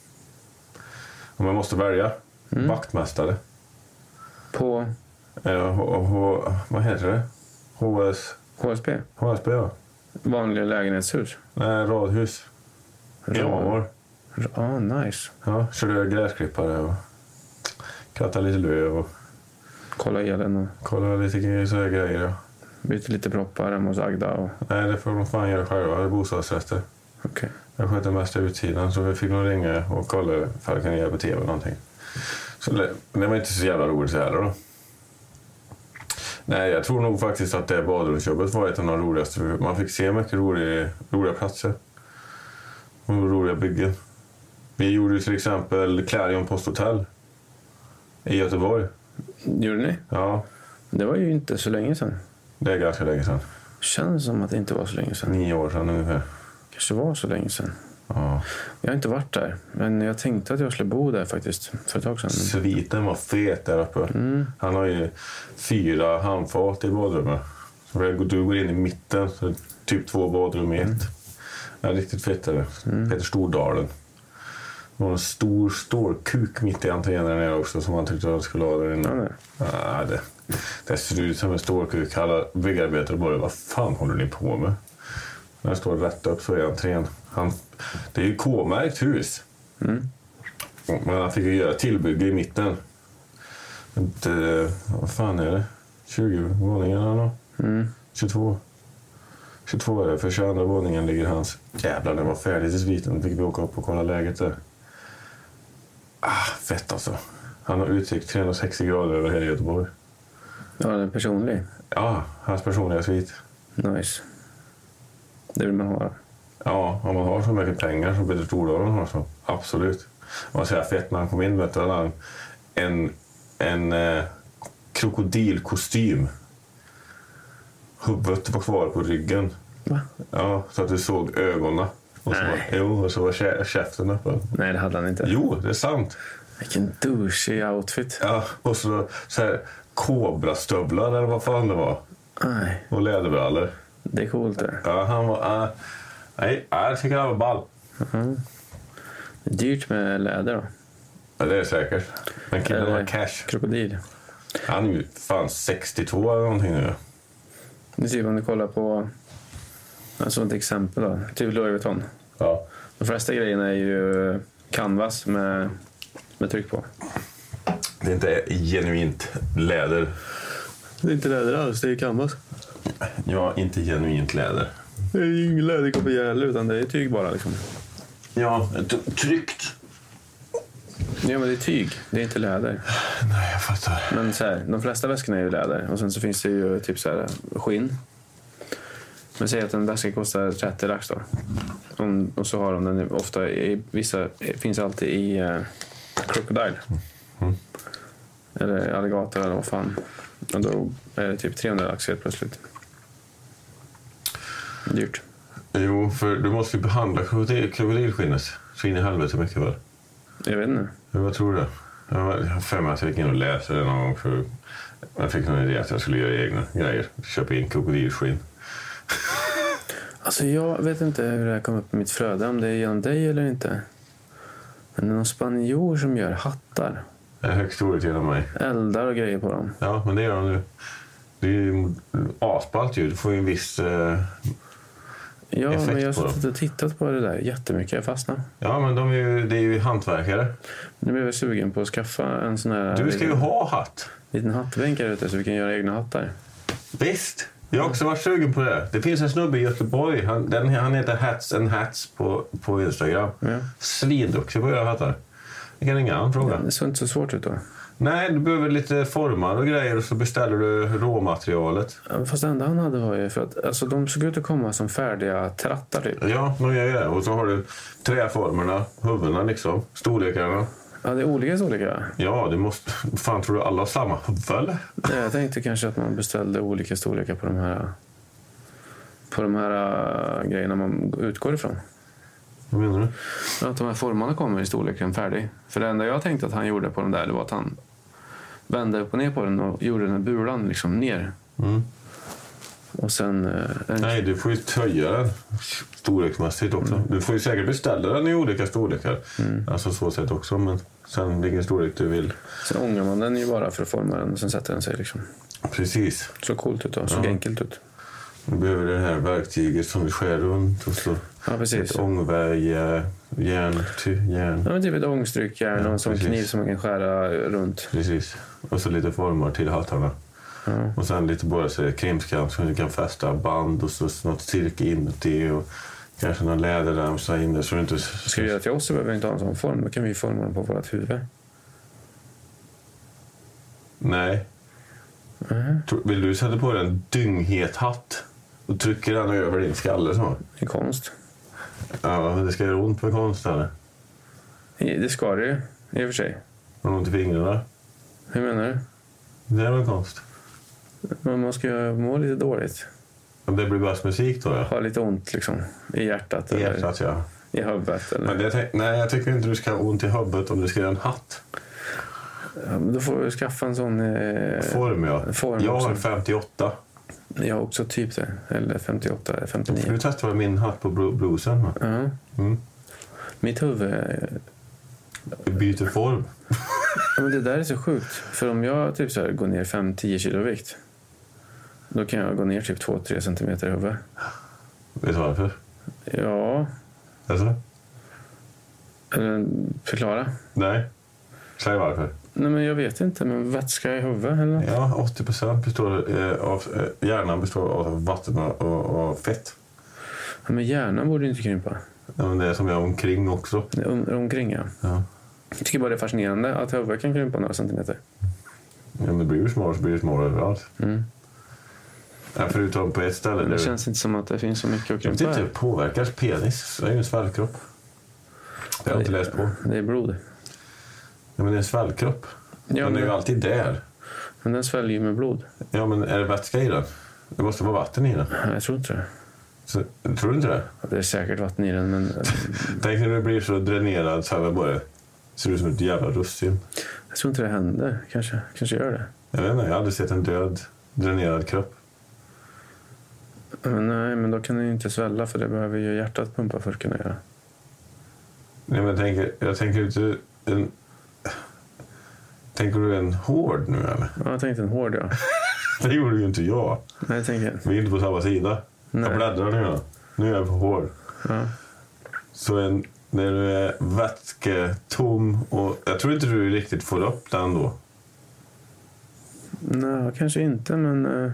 Speaker 1: Om jag måste välja. Vaktmästare.
Speaker 2: På
Speaker 1: Eh, H- H- vad heter det? HS...
Speaker 2: HSB?
Speaker 1: HSB, ja.
Speaker 2: Vanliga lägenhetshus?
Speaker 1: Nej, radhus. I Åmål.
Speaker 2: Ja, ah, nice.
Speaker 1: Ja, körde gräsklippare och krattade lite löv och
Speaker 2: Kolla elen och
Speaker 1: kollade lite gre- så här grejer. ja.
Speaker 2: byter lite proppar hemma hos Agda. Och...
Speaker 1: Nej, det får de fan göra själva. Det är bostadsrätter.
Speaker 2: Okej.
Speaker 1: Jag skötte mest utsidan så vi fick nog ringa och kolla ifall jag kunde göra på tv eller någonting. Så det, det var inte så jävla roligt så heller då. Nej, jag tror nog faktiskt att det badrumsjobbet var ett av de roligaste. Man fick se mycket roliga, roliga platser. Och roliga byggen. Vi gjorde ju till exempel Clarion Posthotell i Göteborg.
Speaker 2: Gjorde ni?
Speaker 1: Ja,
Speaker 2: Det var ju inte så länge sedan.
Speaker 1: det är ganska länge sedan.
Speaker 2: Känns som att det inte var så länge sedan.
Speaker 1: Nio år sedan ungefär.
Speaker 2: kanske var så länge sedan.
Speaker 1: Ja.
Speaker 2: Jag har inte varit där, men jag tänkte att jag skulle bo där faktiskt för ett tag sedan. Mm.
Speaker 1: Sviten var fet där uppe. Han har ju fyra handfat i badrummet. Så det- Du går in i mitten, så det är typ två badrum i ett. Ja, riktigt fett är det. Heter Stordalen. Det var en stor stålkuk mitt i entrén där nere också som han tyckte att han skulle ha där inne.
Speaker 2: Ja, nej.
Speaker 1: Ja, Ah, det, det ser ut som en stålkuk. Alla byggarbetare bara, vad fan håller ni på med? När jag står rätt upp så är entrén. Han, det är ju K-märkt hus. Men han fick ju göra tillbygge i mitten. Inte, vad fan är det? 20 våningar eller nåt? 22. 22 är det, för 22 våningen ligger hans. Jävlar, det var färdigt i sviten. fick vi åka upp och kolla läget där. Ah, fett alltså. Han har utsikt 360 grader över hela Göteborg.
Speaker 2: Ja, den är personlig.
Speaker 1: Ja, hans personliga svit.
Speaker 2: Nice. Det vill man ha.
Speaker 1: Ja, om man har så mycket pengar som Peter Stordalen har så absolut. Det var så jävla fett när han kom in. Vet du, han hade en, en eh, krokodilkostym. Huvudet var kvar på ryggen.
Speaker 2: Va?
Speaker 1: Ja, så att du såg ögonen. Och så var,
Speaker 2: Nej.
Speaker 1: jo, och så var kä- käften uppe.
Speaker 2: Nej, det hade han inte.
Speaker 1: Jo, det är sant.
Speaker 2: Vilken douchig outfit.
Speaker 1: Ja, och så, så här kobrastövlar eller vad fan det var.
Speaker 2: Nej,
Speaker 1: Och läderbrallor.
Speaker 2: det är coolt det.
Speaker 1: Ja, han var... ah, nej, ah, jag tycker han var ball.
Speaker 2: Det är Dyrt med läder då.
Speaker 1: Ja, det är säkert. Men killen har
Speaker 2: Eller
Speaker 1: cash.
Speaker 2: Krokodil.
Speaker 1: Han är ju fan 62 eller någonting nu.
Speaker 2: Det är typ om du kollar på... Alltså ett exempel då. Typ Louis Vuitton.
Speaker 1: Ja.
Speaker 2: De flesta grejerna är ju canvas med, med tryck på.
Speaker 1: Det är inte genuint läder.
Speaker 2: Det är inte läder alls, det är canvas.
Speaker 1: Ja, inte genuint läder.
Speaker 2: Det är ju ingen läderkopior heller, utan det är tyg bara. Liksom.
Speaker 1: Ja, tryckt.
Speaker 2: Ja, men det är tyg. Det är inte läder.
Speaker 1: Nej, jag fattar.
Speaker 2: Men så här, de flesta väskorna är ju läder och sen så finns det ju typ så här skinn. Men säg att en väska kostar 30 lax då. Om, och så har de den ofta i vissa, finns alltid i eh, Crocodile. Eller alligator eller vad fan. Och då är det typ 300 lax helt plötsligt. Dyrt.
Speaker 1: Jo, för du måste ju behandla krokodil- krokodilskinnet så in i helvete mycket väl?
Speaker 2: Jag vet inte.
Speaker 1: Ja, Vad tror du? Jag var- jag har för mig att jag gick in och läste det någon gång. För jag fick någon idé att jag skulle göra egna grejer. Köpa in krokodilskinn.
Speaker 2: Alltså jag vet inte hur det här kom upp i mitt flöde, om det är genom dig eller inte. Men det är någon spanjor som gör hattar.
Speaker 1: Det är högst troligt genom mig.
Speaker 2: Eldar och grejer på dem.
Speaker 1: Ja, men det gör de nu. Det är ju asballt ju. Du får ju en viss... Eh...
Speaker 2: Ja,
Speaker 1: Effekt
Speaker 2: men jag har
Speaker 1: på dem.
Speaker 2: suttit och tittat på det där jättemycket. Jag fastnade.
Speaker 1: Ja, men de är ju, det är ju hantverkare.
Speaker 2: Nu blev jag sugen på att skaffa en sån här
Speaker 1: Du ska ju ha hatt.
Speaker 2: liten hattbänk här ute så vi kan göra egna hattar.
Speaker 1: Visst. Jag har också varit sugen på det. Det finns en snubbe i Göteborg. Han, den, han heter Hats and Hats på, på Instagram.
Speaker 2: Ja.
Speaker 1: Svinduktig på att göra hattar. Jag kan ringa han och fråga.
Speaker 2: Det såg inte så svårt ut då.
Speaker 1: Nej, du behöver lite formar och grejer och så beställer du råmaterialet.
Speaker 2: Ja, Fast det enda han hade var ju för att alltså, de såg ut att komma som färdiga trattar typ.
Speaker 1: Ja, de gör ju det. Och så har du träformerna, huvudena liksom, storlekarna.
Speaker 2: Ja, det är olika storlekar.
Speaker 1: Ja, det måste... Fan, tror du alla har samma huvud eller?
Speaker 2: Nej, Jag tänkte kanske att man beställde olika storlekar på de här på de här äh, grejerna man utgår ifrån.
Speaker 1: Vad menar du?
Speaker 2: Att de här formarna kommer i storleken färdig. För det enda jag tänkte att han gjorde på den där det var att han vände upp och ner på den och gjorde den här bulan liksom ner.
Speaker 1: Mm.
Speaker 2: Och sen... eh, En,
Speaker 1: Nej, du får ju töja den storleksmässigt också. Du får ju säkert beställa den i olika storlekar. Alltså så sätt också, men sen vilken storlek du vill.
Speaker 2: sen ångar man den ju bara för att forma den och sen sätter den sig liksom.
Speaker 1: Precis.
Speaker 2: Såg coolt ut då. Såg enkelt ut.
Speaker 1: Du behöver det här verktyget som du skär runt och så
Speaker 2: Ja, precis.
Speaker 1: ett ångvärje, järn, ty, järn.
Speaker 2: Ja, men typ ett ångstrykjärn och en sån
Speaker 1: precis.
Speaker 2: kniv som man kan skära runt.
Speaker 1: Precis. Och så lite formar till hattarna.
Speaker 2: Ja.
Speaker 1: Och sen lite både så här krimskrams som du kan fästa band och så något silke inuti och kanske någon läderremsa in där så du inte...
Speaker 2: Ska vi göra till oss så behöver vi inte ha en sån form. Då kan vi forma den på vårt huvud.
Speaker 1: Nej.
Speaker 2: Mhm.
Speaker 1: Tror- Vill du sätta på dig en dynghet hatt och trycker den över din skalle så?
Speaker 2: Det är konst.
Speaker 1: Ja, det ska göra ont för konstnärer.
Speaker 2: Det ska det ju. I och för sig.
Speaker 1: Har du ont i fingrarna?
Speaker 2: Hur menar du?
Speaker 1: Det är väl konst?
Speaker 2: Men man ska ju må lite dåligt.
Speaker 1: Ja, Det blir bäst musik då ja.
Speaker 2: Ha lite ont liksom. I hjärtat
Speaker 1: I
Speaker 2: eller
Speaker 1: hjärtat ja.
Speaker 2: i huvudet. Eller.
Speaker 1: Men det, tänk- nej, jag tycker inte du ska ha ont i huvudet om du ska göra en hatt.
Speaker 2: Ja, men Då får vi skaffa en sån. Eh,
Speaker 1: Form ja.
Speaker 2: Form
Speaker 1: jag har en
Speaker 2: också.
Speaker 1: 58.
Speaker 2: Jag har också typ det. Eller 58 eller
Speaker 1: Ska
Speaker 2: 59.
Speaker 1: du testa min hatt på bro- bluesen? va?
Speaker 2: Ja.
Speaker 1: Mm.
Speaker 2: Mitt huvud... eh,
Speaker 1: Du byter form.
Speaker 2: ja, Men det där är så sjukt. För om jag typ så här, går ner 5-10 kilo i vikt. Då kan jag gå ner typ 2-3 centimeter i huvudet.
Speaker 1: Vet du varför?
Speaker 2: Ja,
Speaker 1: Alltså?
Speaker 2: eller förklara.
Speaker 1: Nej. Säg varför.
Speaker 2: Nej men jag vet inte, men vätska i huvudet eller något.
Speaker 1: Ja, 80 procent består eh, av... Eh, hjärnan består av vatten och, och, och fett.
Speaker 2: Ja, men hjärnan borde ju inte krympa.
Speaker 1: Ja, men det är som jag omkring också.
Speaker 2: Det är om- Omkring ja.
Speaker 1: Ja.
Speaker 2: Jag tycker bara det är fascinerande att huvudet kan krympa några centimeter.
Speaker 1: ja men blir du smal så blir du smal överallt.
Speaker 2: Mm.
Speaker 1: Ja, förutom på ett ställe.
Speaker 2: Men det
Speaker 1: där-
Speaker 2: känns inte som att det finns så mycket att
Speaker 1: jag vet
Speaker 2: krympa.
Speaker 1: inte hur
Speaker 2: här.
Speaker 1: det påverkar penis. Det är ju en svällkropp. Det har jag inte läst på.
Speaker 2: Det är blod.
Speaker 1: Ja, men det är en svällkropp.
Speaker 2: Ja,
Speaker 1: Den är ju
Speaker 2: men-
Speaker 1: alltid där.
Speaker 2: Men den sväljer ju med blod.
Speaker 1: Ja, men är det vätska i den? Det måste vara vatten i den.
Speaker 2: Nej, Jag tror inte det.
Speaker 1: Så, tror du inte det?
Speaker 2: Ja, Det är säkert vatten i den, men eh,
Speaker 1: Tänk när du blir så dränerad så här bara ser ut som ett jävla russin.
Speaker 2: jag tror inte det händer. Kanske, kanske gör det.
Speaker 1: Jag vet inte, jag har aldrig sett en död dränerad kropp.
Speaker 2: Men nej, men då kan den ju inte svälla för det behöver ju hjärtat pumpa för att kunna göra.
Speaker 1: Nej, men jag tänker, jag tänker inte en... Tänker du en hård nu eller?
Speaker 2: Ja, jag tänkte en hård ja.
Speaker 1: Det gjorde ju inte jag.
Speaker 2: Nej, jag tänker...
Speaker 1: Vi är inte på samma sida.
Speaker 2: Nej.
Speaker 1: Jag bläddrar nu då. Nu är jag på hård.
Speaker 2: Ja.
Speaker 1: Så en, när du är vätsketom och... Jag tror inte du riktigt får upp den då.
Speaker 2: Nej, kanske inte, men... eh,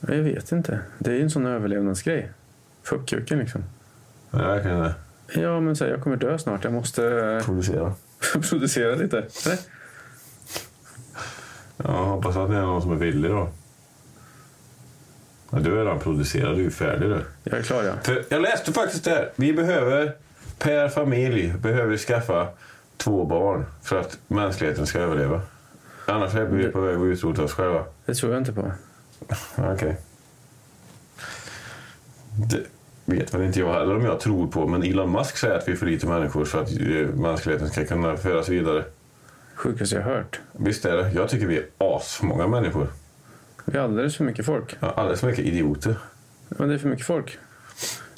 Speaker 2: Jag vet inte. Det är ju en sån överlevnadsgrej. Fuck kuken liksom.
Speaker 1: Är det verkligen det?
Speaker 2: Ja, men så här, jag kommer dö snart. Jag måste eh,
Speaker 1: Producera.
Speaker 2: producera lite. Eller?
Speaker 1: Ja, hoppas att ni är någon som är villig då. Ja, du är redan producerad, du är färdig du.
Speaker 2: Jag är klar, ja.
Speaker 1: För jag läste faktiskt det här. Vi behöver, per familj, behöver skaffa två barn för att mänskligheten ska överleva. Annars är vi på väg att utrota oss själva.
Speaker 2: Det tror jag inte på.
Speaker 1: Okej. Det vet väl inte jag heller om jag tror på, men Elon Musk säger att vi är för lite människor för att eh, mänskligheten ska kunna föras vidare.
Speaker 2: Sjukaste jag hört.
Speaker 1: Visst är det. Jag tycker vi är asmånga människor.
Speaker 2: Vi är alldeles för mycket folk.
Speaker 1: Ja, Alldeles för mycket idioter.
Speaker 2: Men det är för mycket folk.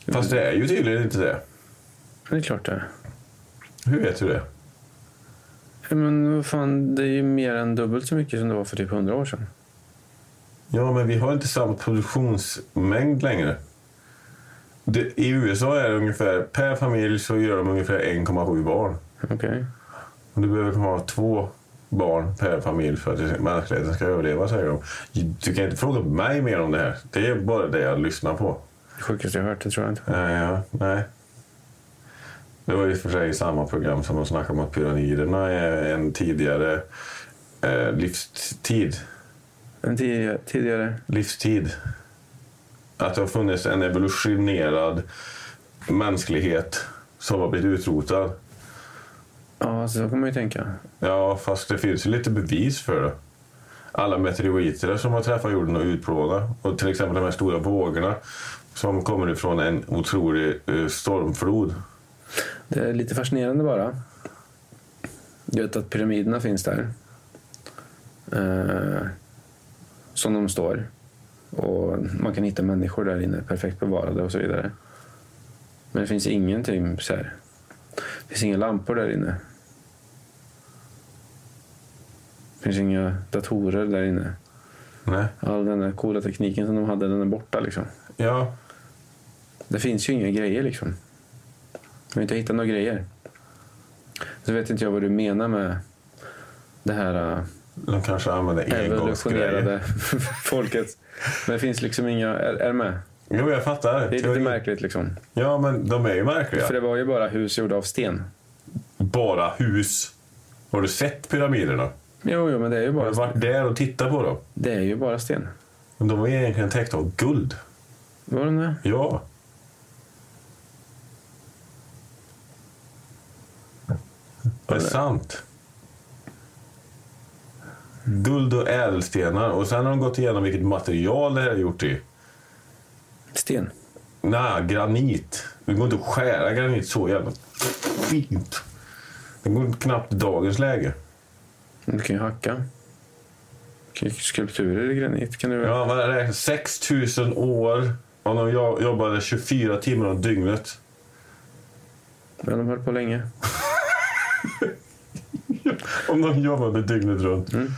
Speaker 1: Fast det är ju tydligen inte det.
Speaker 2: Det är klart det är.
Speaker 1: Hur vet du det?
Speaker 2: Ja, Men vad fan, det är ju mer än dubbelt så mycket som det var för typ 100 år sedan.
Speaker 1: Ja, men vi har inte samma produktionsmängd längre. Det, I USA är det ungefär, per familj så gör de ungefär 1,7 barn.
Speaker 2: Okej.
Speaker 1: Och du behöver ha två barn per familj för att det- mänskligheten ska överleva, säger de. Du kan inte fråga mig mer om det här. Det är bara det jag lyssnar på.
Speaker 2: Det sjukaste jag hört, det tror jag inte.
Speaker 1: Ja, ja, nej. Det var i och för sig samma program som de snackade om att pyramiderna är en tidigare eh, livstid.
Speaker 2: En tidigare, tidigare...
Speaker 1: livstid. Att det har funnits en evolutionerad mänsklighet som har blivit utrotad.
Speaker 2: Ja, så kan man ju tänka.
Speaker 1: Ja, fast det finns ju lite bevis för det. Alla meteoriter som har träffat jorden och utplånat. Och till exempel de här stora vågorna som kommer ifrån en otrolig eh, stormflod.
Speaker 2: Det är lite fascinerande bara. Du vet att pyramiderna finns där. Eh, som de står. Och man kan hitta människor där inne, perfekt bevarade och så vidare. Men det finns ingenting så här. Det finns inga lampor där inne. Det finns inga datorer där inne.
Speaker 1: Nej.
Speaker 2: All den där coola tekniken som de hade, den är borta liksom.
Speaker 1: Ja,
Speaker 2: Det finns ju inga grejer liksom. Jag har inte hittat några grejer. Så vet inte jag vad du menar med det här eh,
Speaker 1: de kanske använder engångsgrejer.
Speaker 2: evolutionerade folket. Men det finns liksom inga... Är, är du med?
Speaker 1: Jo, jag fattar.
Speaker 2: Det är lite
Speaker 1: Teori.
Speaker 2: märkligt liksom.
Speaker 1: Ja, men de är ju märkliga.
Speaker 2: För det var ju bara hus gjorda av sten.
Speaker 1: Bara hus. Har du sett pyramiderna?
Speaker 2: Jo, jo, men det är ju
Speaker 1: Har du
Speaker 2: bara,
Speaker 1: varit där och tittat på dem?
Speaker 2: det är ju bara sten.
Speaker 1: Men de är egentligen täckta av guld.
Speaker 2: Var den det?
Speaker 1: Ja. Det är sant. Guld och ädelstenar. Och sen har de gått igenom vilket material det här är gjort i.
Speaker 2: Sten.
Speaker 1: Nej, granit. Det går inte att skära granit så jävla fint. Det går knappt i dagens läge.
Speaker 2: Du kan ju hacka. Du kan ju Skulpturer i granit kan du väl?
Speaker 1: Ja, vad är det? 6 000 år och de jo- jobbade 24 timmar om dygnet.
Speaker 2: Men de höll på länge.
Speaker 1: Om de jobbade dygnet runt.
Speaker 2: Mm.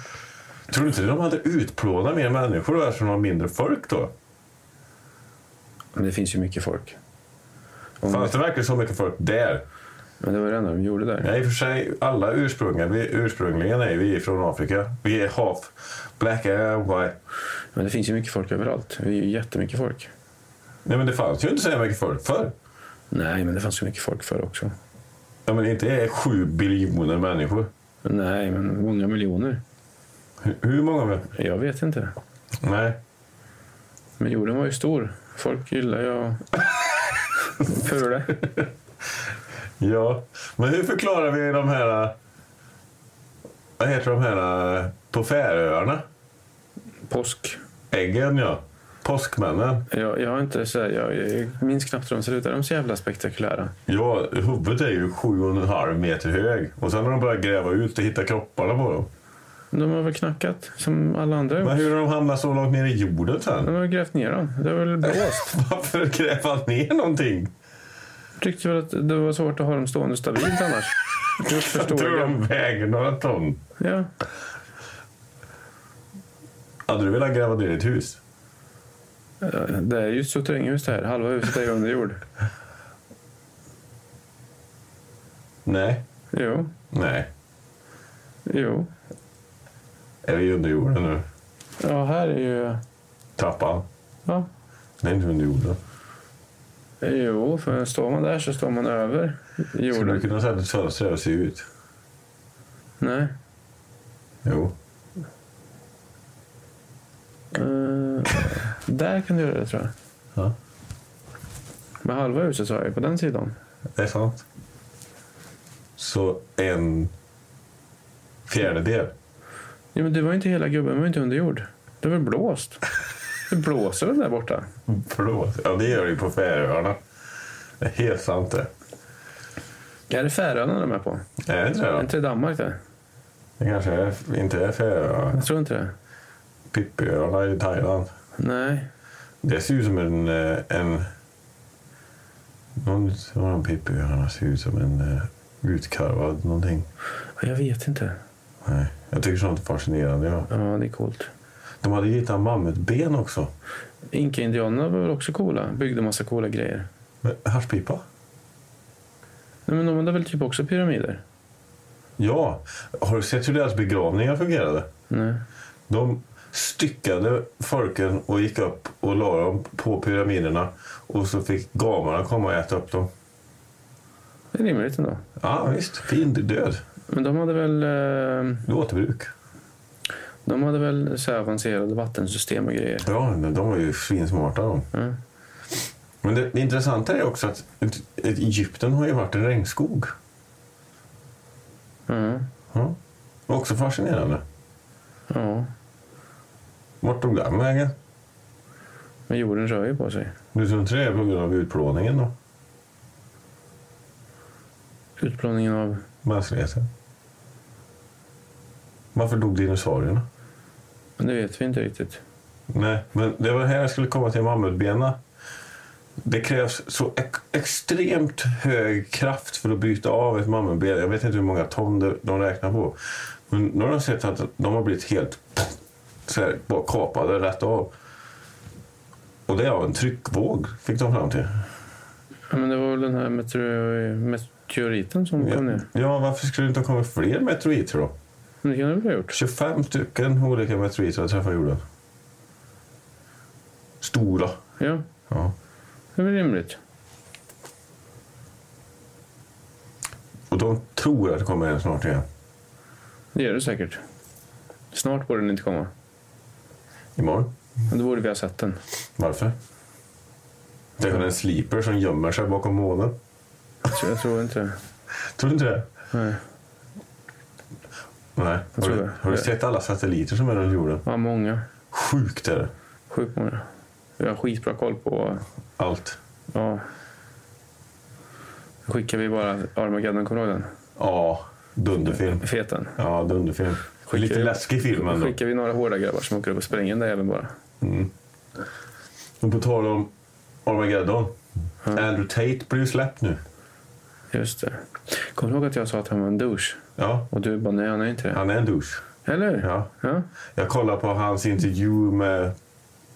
Speaker 1: Tror du inte de hade utplånat mer människor då eftersom de var mindre folk då?
Speaker 2: Men det finns ju mycket folk. Om-
Speaker 1: Fanns det verkligen så mycket folk där?
Speaker 2: Men det var det enda de gjorde där.
Speaker 1: Nej, i och för sig, alla ursprungligen, vi, ursprungligen är vi från Afrika. Vi är half black and white.
Speaker 2: Men det finns ju mycket folk överallt. Vi är ju jättemycket folk.
Speaker 1: Nej, men det fanns ju inte så här mycket folk förr.
Speaker 2: Nej, men det fanns ju mycket folk förr också.
Speaker 1: Ja, men inte är sju biljoner människor.
Speaker 2: Nej, men många miljoner.
Speaker 1: Hur, hur många?
Speaker 2: Jag vet inte.
Speaker 1: Nej.
Speaker 2: Men jorden var ju stor. Folk gillar ju att... Fula.
Speaker 1: Ja, men hur förklarar vi de här... Vad heter de här eh, på Färöarna?
Speaker 2: Påsk.
Speaker 1: Äggen, ja. Påskmännen.
Speaker 2: Jag, jag har inte så här, jag, jag minns knappt hur de ser ut. Är de så jävla spektakulära?
Speaker 1: Ja, huvudet är ju sju och en halv meter hög. Och sen har de börjat gräva ut och hitta kropparna på dem.
Speaker 2: De har väl knackat som alla andra
Speaker 1: Men
Speaker 2: gjort.
Speaker 1: hur har de hamnat så långt ner i jorden sen?
Speaker 2: De har grävt ner dem. Det var väl blåst.
Speaker 1: Varför gräva ner någonting?
Speaker 2: Tyckte väl att det var svårt att ha dem stående stabilt annars. Gjort för
Speaker 1: Jag tror
Speaker 2: stora
Speaker 1: de väger några ton.
Speaker 2: gam- Ja.
Speaker 1: Hade du velat gräva ner ditt hus?
Speaker 2: Det är ju ett souterränghus det här. Halva huset är ju under jord.
Speaker 1: Nej.
Speaker 2: Jo,
Speaker 1: Nej.
Speaker 2: jo.
Speaker 1: Är vi under jorden nu?
Speaker 2: Ja, här är ju...
Speaker 1: Trappan?
Speaker 2: Ja,
Speaker 1: Nej, inte under jorden.
Speaker 2: Jo, för står man där så står man över
Speaker 1: Skulle du
Speaker 2: jorden.
Speaker 1: kunna säga att ett fönster där ser ut?
Speaker 2: Nej.
Speaker 1: Jo.
Speaker 2: Eh, där kan du göra det tror jag.
Speaker 1: Ja,
Speaker 2: Med halva huset sa jag ju, på den sidan.
Speaker 1: det är sant. Så en fjärdedel.
Speaker 2: Ja, men det var ju inte hela gubben, det var ju inte under jord. Det var blåst. Det blåser väl där borta?
Speaker 1: Förlåt. Ja, det gör det ju på Färöarna. Det är helt sant det.
Speaker 2: Är det Färöarna de är på?
Speaker 1: Är det inte det
Speaker 2: Är
Speaker 1: då?
Speaker 2: inte det Danmark där?
Speaker 1: Det kanske är, inte är Färöarna.
Speaker 2: Jag tror inte det.
Speaker 1: Pippiöarna i Thailand.
Speaker 2: Nej.
Speaker 1: Det ser ut som en... eh, en någon någon av Pippiöarna ser ut som en eh, utkarvad någonting.
Speaker 2: Jag vet inte.
Speaker 1: Nej, jag tycker sånt är fascinerande. Ja.
Speaker 2: Ja, det är coolt.
Speaker 1: De hade hittat mammutben också.
Speaker 2: Inka-indianerna var väl också coola? Byggde massa coola grejer.
Speaker 1: Med Haschpipa?
Speaker 2: Nej, men de hade väl typ också pyramider?
Speaker 1: Ja. Har du sett hur deras begravningar fungerade?
Speaker 2: Nej.
Speaker 1: De styckade folken och gick upp och la dem på pyramiderna. Och så fick gamarna komma och äta upp dem.
Speaker 2: Det är rimligt ändå.
Speaker 1: Ja, visst. Fin död.
Speaker 2: Men de hade väl, eh,
Speaker 1: Det är Återbruk.
Speaker 2: de hade väl så här avancerade vattensystem och grejer?
Speaker 1: Ja, men de var ju svinsmarta de.
Speaker 2: Ja.
Speaker 1: Men det, det intressanta är också att ett- ett Egypten har ju varit en regnskog.
Speaker 2: Ja.
Speaker 1: Ja. Också fascinerande.
Speaker 2: ja.
Speaker 1: Vart tog den vägen?
Speaker 2: Men jorden rör ju på sig.
Speaker 1: Du tror inte det är på grund av utplåningen då?
Speaker 2: Utplåningen av...
Speaker 1: Mänskligheten? Varför dog dinosaurierna?
Speaker 2: Men det vet vi inte riktigt.
Speaker 1: Nej, men det var här jag skulle komma till mammutbena. Det krävs så ex- extremt hög kraft för att bryta av ett mammutben. Jag vet inte hur många ton de- de räknar på. Men nu har de sett att de har blivit helt så här, bara kapade rätt av. Och det är av en tryckvåg, fick de fram till.
Speaker 2: Ja, men det var väl den här meteor- meteoriten som kom
Speaker 1: Ja,
Speaker 2: ner.
Speaker 1: ja, varför skulle det inte ha kommit fler meteoriter då?
Speaker 2: Men det kan det väl ha gjort?
Speaker 1: 25 stycken olika meteoriter har träffat jorden. Stora.
Speaker 2: Ja,
Speaker 1: Ja.
Speaker 2: det är väl rimligt.
Speaker 1: Och de tror att det kommer en snart igen.
Speaker 2: Det gör det säkert. Snart borde den inte komma.
Speaker 1: Imorgon.
Speaker 2: Men då borde vi ha sett den.
Speaker 1: Varför? Det är en sleeper som gömmer sig bakom månen.
Speaker 2: Jag tror, jag tror inte
Speaker 1: Tror du inte det?
Speaker 2: Nej.
Speaker 1: Nej.
Speaker 2: Jag
Speaker 1: Har
Speaker 2: tror
Speaker 1: du,
Speaker 2: det.
Speaker 1: har du sett alla satelliter som är runt jorden?
Speaker 2: Ja, många.
Speaker 1: Sjukt är det.
Speaker 2: Sjukt många. Vi har skitbra koll på...
Speaker 1: Allt.
Speaker 2: Ja. Då skickar vi bara Armageddon, kommer du ihåg den?
Speaker 1: Ja, dunderfilm.
Speaker 2: Feten.
Speaker 1: Ja, dunderfilm. Lite läskig film
Speaker 2: Då
Speaker 1: ändå.
Speaker 2: skickar vi några hårda grabbar som åker upp och spränger den där jäveln bara.
Speaker 1: Och på tal om Armageddon. Andrew Tate blir ju släppt nu.
Speaker 2: Just det. Kommer du ihåg att jag sa att han var en douche?
Speaker 1: Ja,
Speaker 2: Och du bara, nej han är inte det.
Speaker 1: han är en douche.
Speaker 2: Eller hur?
Speaker 1: Ja.
Speaker 2: ja.
Speaker 1: Jag kollar på hans intervju med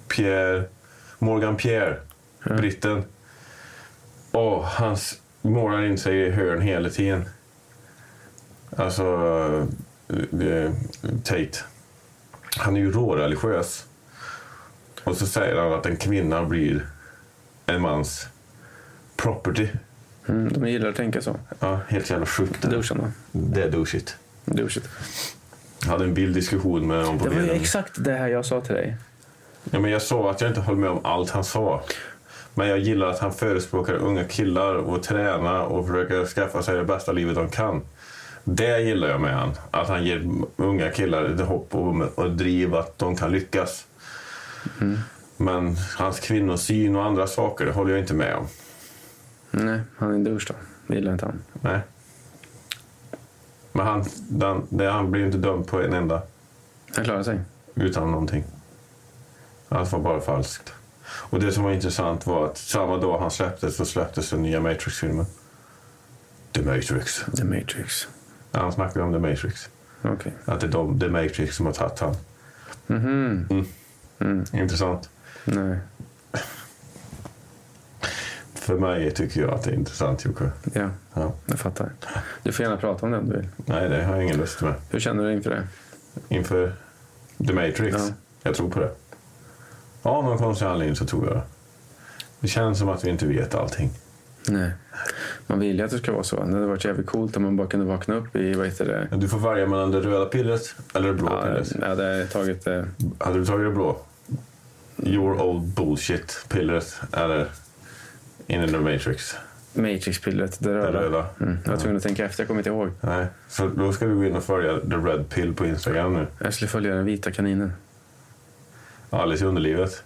Speaker 1: Pierre, Morgan Pierre, britten. Och han s- målar in sig i hörn hela tiden. Alltså, eh, eh, Tate. Han är ju råreligiös. Och så säger han att en kvinna blir en mans property.
Speaker 2: Mm, de gillar att tänka så.
Speaker 1: Ja, helt jävla sjukt. det.
Speaker 2: Doucharna.
Speaker 1: Det är douchigt.
Speaker 2: Douchet. Jag
Speaker 1: Jag hade en vild diskussion med honom på
Speaker 2: Det var ju
Speaker 1: benen.
Speaker 2: exakt det här jag sa till dig.
Speaker 1: Ja, men jag sa att jag inte höll med om allt han sa. Men jag gillar att han förespråkar unga killar och träna och försöker skaffa sig det bästa livet de kan. Det gillar jag med han. Att han ger unga killar ett hopp och, och driv att de kan lyckas. Men hans kvinnosyn och andra saker det håller jag inte med om.
Speaker 2: Nej, han är en douche då. Det gillar inte han.
Speaker 1: Nej. Men han, den, det, han blir ju inte dömd på en enda
Speaker 2: Han klarar sig.
Speaker 1: utan någonting. Allt var bara falskt. Och det som var intressant var att samma dag han släpptes så släpptes den nya Matrix-filmen. The Matrix.
Speaker 2: The Matrix.
Speaker 1: Han snackade om The Matrix.
Speaker 2: Okej.
Speaker 1: Att det är de, The Matrix som har tagit han.
Speaker 2: Mhm.
Speaker 1: Intressant.
Speaker 2: Nej,
Speaker 1: För mig tycker jag att det är intressant, Jocke.
Speaker 2: ja.
Speaker 1: Ja.
Speaker 2: Jag fattar. Du får gärna prata om det om du vill.
Speaker 1: Nej, det har jag ingen lust med.
Speaker 2: Hur känner du dig inför det?
Speaker 1: Inför The Matrix.
Speaker 2: Ja.
Speaker 1: Jag tror på det. Av någon konstig anledning så tror jag det. Det känns som att vi inte vet allting.
Speaker 2: Nej. Man vill ju att det ska vara så. Det hade varit jävligt coolt om man bara kunde vakna upp i, vad heter det?
Speaker 1: Men Du får välja mellan det röda pillret eller det blå
Speaker 2: Ja,
Speaker 1: pillret.
Speaker 2: jag hade tagit eh,
Speaker 1: Hade du tagit det blå? Your old bullshit pillret eller In in the matrix?
Speaker 2: Matrix-pillret, det
Speaker 1: Det
Speaker 2: röda.
Speaker 1: röda?
Speaker 2: Mm. Jag var tvungen att tänka efter, jag kommer inte ihåg.
Speaker 1: Nej. Så då ska du gå in och följa the red pill på Instagram nu.
Speaker 2: Jag skulle följa den vita kaninen.
Speaker 1: Alice i underlivet.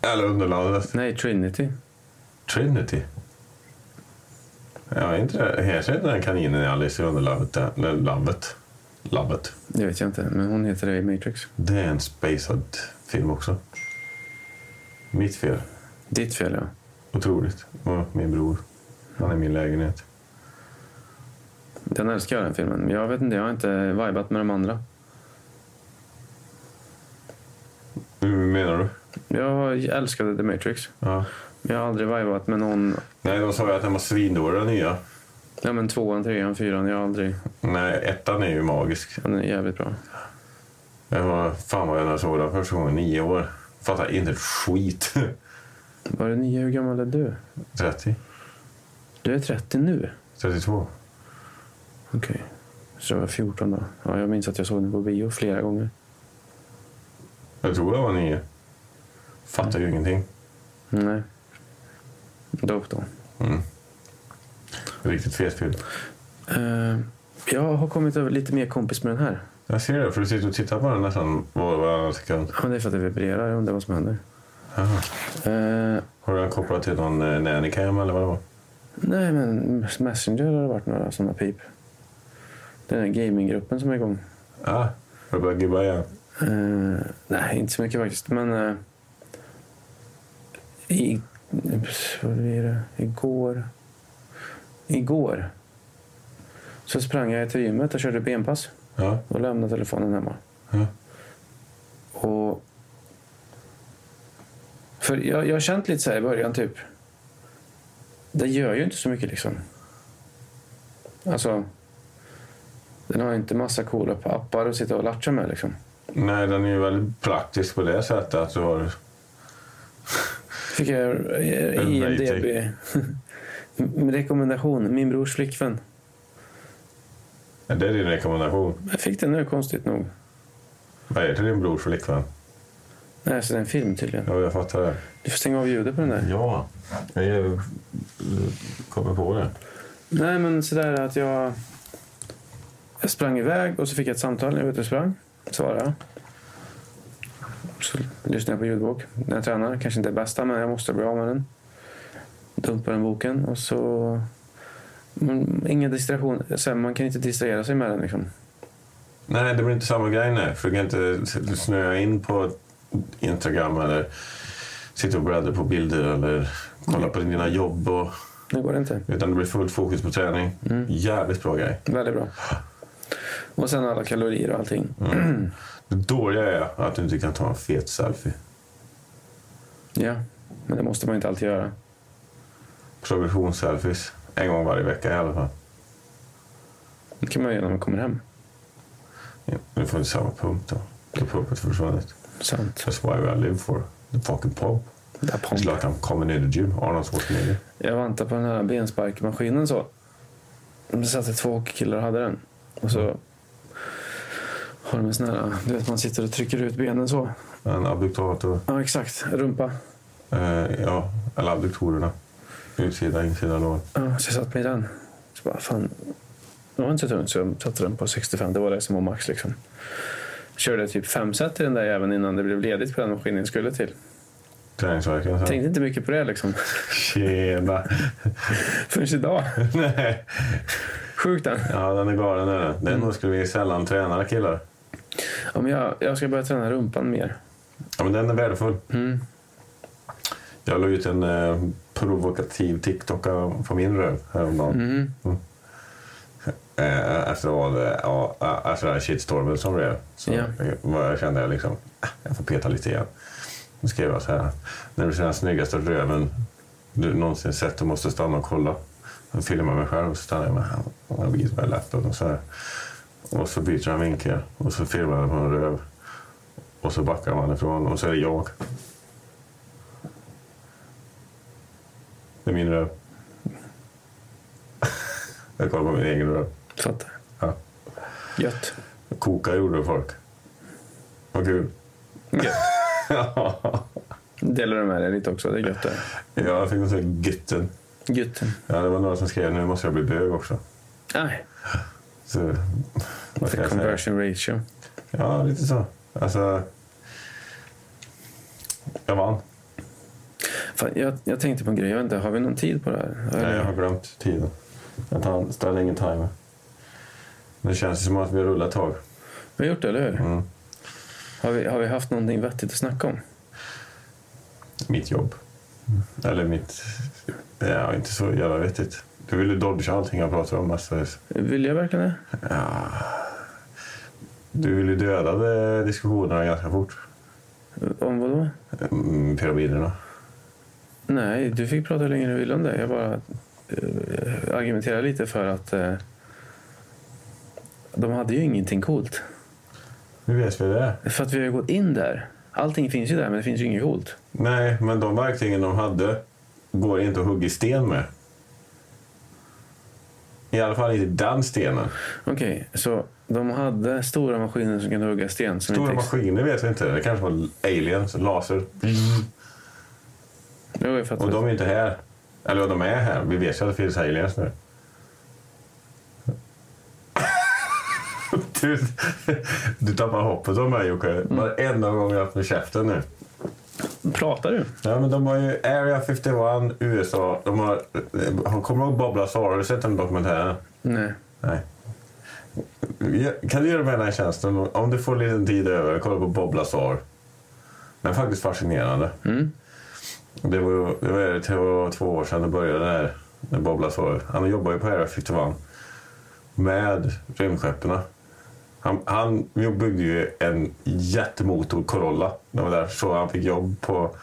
Speaker 1: Eller underlandet.
Speaker 2: Nej, Trinity.
Speaker 1: Trinity. Ja, inte det. Heter inte den kaninen i Alice i underlandet? Den- den- Labbet. Labbet.
Speaker 2: Det vet jag inte, men hon heter det i Matrix.
Speaker 1: Det är en spacad film också. Mitt fel.
Speaker 2: Ditt fel, ja.
Speaker 1: Otroligt. Och min bror. Han är i min lägenhet.
Speaker 2: Den älskar jag, den filmen. Men Jag vet inte, jag har inte vibat med de andra.
Speaker 1: Hur menar du?
Speaker 2: Jag älskade The Matrix.
Speaker 1: Ja.
Speaker 2: Men jag har aldrig vibat med någon.
Speaker 1: Nej, de sa ju att den var svindålig den nya.
Speaker 2: Ja, men tvåan, trean, fyran. Jag har aldrig...
Speaker 1: Nej, ettan är ju magisk.
Speaker 2: Den är jävligt bra.
Speaker 1: Jag var, fan vad jag när jag såg den första gången, nio år. Fattar inte ett skit.
Speaker 2: Var det nio? Hur gammal är du?
Speaker 1: 30?
Speaker 2: Du är 30 nu?
Speaker 1: 32?
Speaker 2: Okej. Så jag var 14 då. Ja, jag minns att jag såg den på bio flera gånger.
Speaker 1: Jag tror jag var nio. Fattar ju ingenting.
Speaker 2: Nej. Dope då.
Speaker 1: Mm. Riktigt fet film.
Speaker 2: Eh, jag har kommit över lite mer kompis med den här.
Speaker 1: Jag ser det, för du sitter och tittar på den nästan var varannan sekund.
Speaker 2: Ja, det är för att det vibrerar. Jag undrar vad som händer.
Speaker 1: Jaha.
Speaker 2: Eh,
Speaker 1: Har du den kopplad till någon eh, nannycam eller vad det var?
Speaker 2: nej, men Messenger har det varit några sådana pip. Det är den här gaminggruppen som är igång.
Speaker 1: Ah, har du börjat gibba igen?
Speaker 2: Eh, nej, inte så mycket faktiskt. Men... eh, i, vad blir det? Igår... Igår så sprang jag till gymmet och körde benpass
Speaker 1: Ja,
Speaker 2: och lämnade telefonen hemma.
Speaker 1: ja.
Speaker 2: Och... För jag, jag har känt lite så här i början, typ. Det gör ju inte så mycket liksom. Alltså, den har inte massa coola appar att sitta och latcha med liksom.
Speaker 1: Nej, den är ju väldigt praktisk på det sättet att du har...
Speaker 2: Fick jag eh,
Speaker 1: En
Speaker 2: IMDB. M- Rekommendation, min brors flickvän.
Speaker 1: Ja, Det är din rekommendation.
Speaker 2: Jag fick den nu konstigt nog.
Speaker 1: Vad heter din brors flickvän?
Speaker 2: Nej, så det är en film tydligen.
Speaker 1: Ja, jag fattar det.
Speaker 2: Du får stänga av ljudet på den där.
Speaker 1: Ja, jag eh, kommer på det.
Speaker 2: Nej, men sådär att jag... Jag sprang iväg och så fick jag ett samtal när jag var ute och sprang. Svarade jag. Så lyssnade jag på ljudbok när jag tränar. Kanske inte det bästa, men jag måste bli av med den. Dumpade den boken och så... Men Inga distraktion. Så här, Man kan inte distrahera sig med den liksom.
Speaker 1: Nej, det blir inte samma grej nu. För du kan inte s- snöa in på Instagram eller sitta och bläddra på bilder eller kolla på dina jobb. Och,
Speaker 2: Nu går det inte.
Speaker 1: utan det blir fullt fokus på träning. Jävligt bra grej.
Speaker 2: Väldigt bra. Och sen alla kalorier och allting.
Speaker 1: Det dåliga är att du inte kan ta en fet selfie.
Speaker 2: Ja, men det måste man inte alltid göra.
Speaker 1: Progressionsselfies. En gång varje vecka i alla fall.
Speaker 2: Det kan man göra när man kommer hem.
Speaker 1: Ja, Nu får du samma pump då. Då pumpet försvunnit.
Speaker 2: Sant.
Speaker 1: That's why I live for. The fucking pump.
Speaker 2: Där pom.
Speaker 1: It's like I'm coming in the gym. Arnold Schwarzenegger.
Speaker 2: Jag vantade på den här bensparkmaskinen så. Det satt det två killar och hade den. Och så har de en sån här, du vet man sitter och trycker ut benen så.
Speaker 1: En abduktator.
Speaker 2: Ja exakt, rumpa.
Speaker 1: Eh, ja, eller abduktorerna. Utsida, insida lår.
Speaker 2: Ja, så jag satt mig i den. Så bara, fan. Det var inte så tungt så jag satte den på 65. Det var det som var max liksom. Körde typ fem set i den där även innan det blev ledigt på den maskinen jag skulle till.
Speaker 1: Träningsvärken. så här.
Speaker 2: Tänkte inte mycket på det liksom.
Speaker 1: Tjena!
Speaker 2: Förrän idag.
Speaker 1: Nej.
Speaker 2: Sjukt den.
Speaker 1: Ja, den är galen är den. Den skulle vi sällan träna killar.
Speaker 2: Ja, men jag, jag ska börja träna rumpan mer. Mm.
Speaker 1: Ja, men den är värdefull. Jag la ut en eh, provokativ TikTok eh, på min röv häromdagen.
Speaker 2: Mm.
Speaker 1: Eh, efter all, eh, ja, efter den här shitstormen som blev så
Speaker 2: Ja.
Speaker 1: var jag kände jag liksom, "Ah, jag får peta lite igen. Då skrev jag så här, när du ser den snyggaste röven du någonsin sett, du måste stanna och kolla. Då filmar jag mig själv och så stannar jag med han och visar mig laptopen och så här. Och så byter han vinkel och så filmar jag på en röv. Och så backar man ifrån och så är det jag. Det är min röv. Jag kollar på min egen röv.
Speaker 2: Fattar.
Speaker 1: Ja.
Speaker 2: Gött.
Speaker 1: Koka gjorde folk. Vad kul.
Speaker 2: Gött.
Speaker 1: ja,
Speaker 2: Delar du med dig lite också? Det är gött det.
Speaker 1: jag fick något sånt gytten.
Speaker 2: Gött.
Speaker 1: Ja, det var några som skrev nu måste jag bli bög också.
Speaker 2: Nej.
Speaker 1: Så, vad ska jag säga?
Speaker 2: Conversion ratio.
Speaker 1: Ja, lite så. Alltså... Jag vann.
Speaker 2: Fan, jag, jag tänkte på en grej. Jag vet inte, har vi någon tid på det här?
Speaker 1: Nej, jag har glömt tiden. Jag tar, ställer ingen timer. Det känns som att vi rullar ett tag.
Speaker 2: Vi har gjort det, eller hur?
Speaker 1: Mm.
Speaker 2: Har, vi, har vi haft någonting vettigt att snacka om?
Speaker 1: Mitt jobb. Eller mitt... Ja, inte så jävla vettigt. Du vill ju dodga allting jag pratar om alltså. mestadels.
Speaker 2: Vill jag verkligen det?
Speaker 1: Du vill ju döda de diskussionerna ganska fort.
Speaker 2: Om vad då?
Speaker 1: Mm, pyramiderna.
Speaker 2: Nej, du fick prata hur länge du ville om det. Jag bara eh, argumenterade lite för att eh, de hade ju ingenting coolt.
Speaker 1: Nu vet vi det.
Speaker 2: För att vi har ju gått in där. Allting finns ju där, men det finns ju inget coolt.
Speaker 1: Nej, men de verktygen de hade går inte att hugga i sten med. I alla fall inte den stenen.
Speaker 2: Okej, så de hade stora maskiner som kunde hugga sten. Som
Speaker 1: Stora
Speaker 2: inte ex-
Speaker 1: maskiner vet vi inte. Det kanske var aliens, laser.
Speaker 2: Jo, jag fattar.
Speaker 1: Och de är inte här. Eller de är här. Vi vet ju att det finns aliens nu. Du, du tappar hoppet om mig Jocke. Varenda gång jag öppnar käften nu.
Speaker 2: Pratar du?
Speaker 1: Ja, men de har ju Area 51, USA. De har, eh, kommer du ihåg Bob Lazar? Har du sett den dokumentären?
Speaker 2: Nej.
Speaker 1: Nej. Ja, Kan du göra mig den här tjänsten? Om du får lite tid över, kolla på Bob Lazar. Den är faktiskt fascinerande.
Speaker 2: Mm.
Speaker 1: Det var, ju- det var ju två- två år sedan det började där. När Bob Lazar, han jobbar ju på Area 51 med rymdskeppen. Han, han byggde ju en jättemotor, Corolla. Det var där så han fick jobb på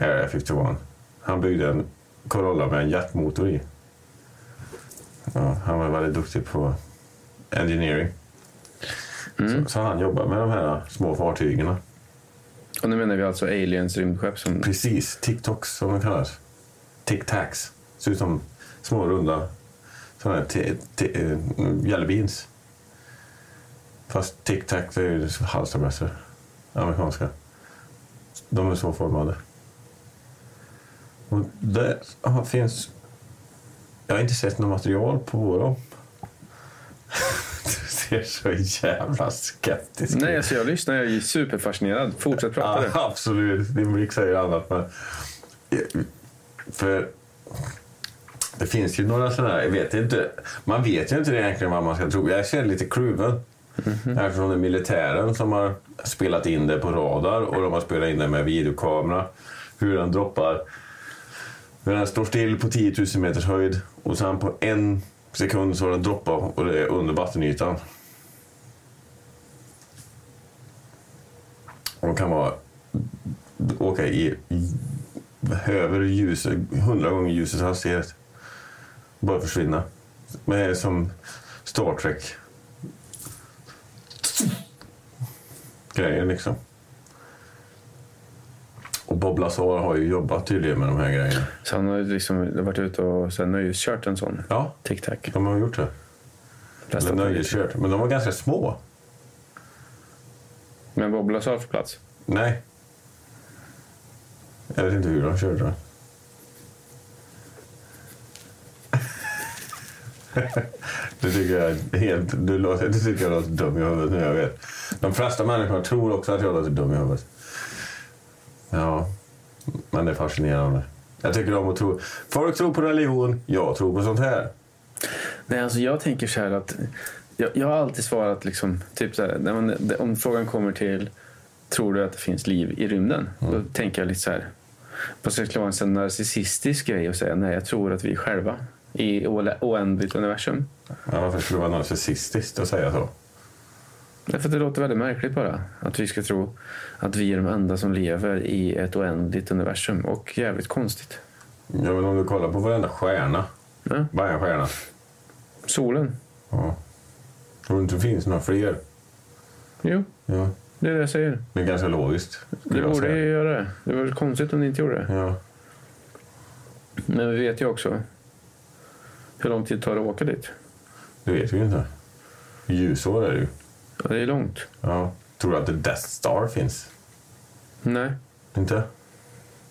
Speaker 1: Area 51. Han byggde en Corolla med en jetmotor i. Ja, han var väldigt duktig på engineering.
Speaker 2: Mm.
Speaker 1: Så, så han jobbar med de här små fartygen.
Speaker 2: Och nu menar vi alltså aliens rymdskepp som...
Speaker 1: Precis, TikToks som de kallas. Tic-tacs. Ser ut som små runda såna här te- te- eh, jelly beans. Fast tic-tac det är ju halstabletter. Amerikanska. De är så formade. Och det har- finns... Jag har inte sett något material på dem. du ser så jävla skeptisk ut.
Speaker 2: Nej, alltså jag lyssnar. Jag är superfascinerad. Fortsätt prata du.
Speaker 1: Ja, absolut. Din blick säger annat. Men... För det finns ju några sådana här, jag vet inte. Man vet ju inte egentligen vad man ska tro. Jag känner lite kluven. Eftersom det är militären som har spelat in det på radar och de har spelat in det med videokamera. Hur den droppar. Hur den står still på 10 000 meters höjd och sen på en sekund så har den droppat och det är under vattenytan. Och de kan vara åka i, i över ljuset, hundra gånger ljusets hastighet. Bara försvinna. Men det är som Star Trek. Grejer liksom. Och Bob Lazar har ju jobbat tydligen med de här grejerna.
Speaker 2: Så han har ju liksom varit ute och så här nöjeskört en sån.
Speaker 1: Ja,
Speaker 2: Tic-tac.
Speaker 1: de har gjort det.
Speaker 2: Testat
Speaker 1: Eller
Speaker 2: den.
Speaker 1: nöjeskört. Men de var ganska små.
Speaker 2: Men Bob Lazar får plats.
Speaker 1: Nej. Jag vet inte hur de körde den. Du tycker jag är helt... Du, låter, du tycker jag låter dum i huvudet nu, jag vet. De flesta människor tror också att jag låter dum i huvudet. Ja, men det är fascinerande. Jag tycker om att tro... Folk tror på religion, jag tror på sånt här.
Speaker 2: Nej, alltså jag tänker så här att... Jag, jag har alltid svarat liksom, typ så här, nej, men det- om frågan kommer till tror du att det finns liv i rymden? Då tänker jag lite så här. Fast det skulle vara en sån narcissistisk grej att säga nej, jag tror att vi är själva i ola- oändligt universum.
Speaker 1: Ja, varför skulle det vara narcissistiskt att säga så?
Speaker 2: Därför att det låter väldigt märkligt bara. Att vi ska tro att vi är de enda som lever i ett oändligt universum. Och jävligt konstigt.
Speaker 1: Ja, men om du kollar på varenda stjärna.
Speaker 2: Ja,
Speaker 1: Varje stjärna.
Speaker 2: solen.
Speaker 1: Ja. Tror du inte det finns några fler?
Speaker 2: Jo,
Speaker 1: Ja.
Speaker 2: det är det jag säger.
Speaker 1: Det är ganska logiskt.
Speaker 2: Det
Speaker 1: skulle jag
Speaker 2: borde
Speaker 1: säga.
Speaker 2: ju göra det. Det var konstigt om ni inte gjorde det.
Speaker 1: Ja.
Speaker 2: Men vi vet ju också hur lång tid tar det att åka dit.
Speaker 1: Det vet vi ju inte. Ljusår är det ju.
Speaker 2: Ja, det är långt.
Speaker 1: Ja. Tror du att The Death Star finns?
Speaker 2: Nej,
Speaker 1: Inte?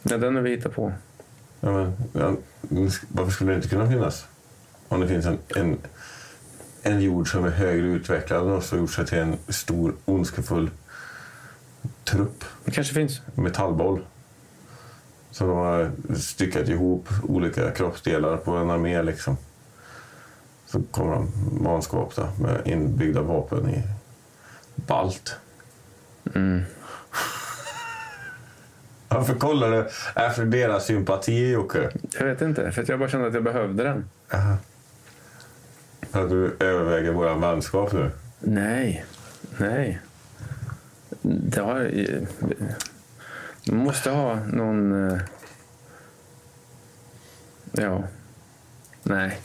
Speaker 2: ja, den har vi hittat på.
Speaker 1: Ja, men, ja, men sk- varför skulle det inte kunna finnas? Om det finns en, en, en jord som är högre utvecklad än oss och gjort sig till en stor ondskefull trupp,
Speaker 2: Det kanske finns.
Speaker 1: metallboll. Som de har styckat ihop olika kroppsdelar på en armé liksom. Så kommer de vanskapta med inbyggda vapen i balt.
Speaker 2: Mm.
Speaker 1: Varför kollar du efter deras sympati, Jocke?
Speaker 2: Jag vet inte, för att jag bara kände att jag behövde den.
Speaker 1: Att du överväger vår vänskap nu?
Speaker 2: Nej, nej. Det har... Man måste ha någon... eh, Ja. Nej.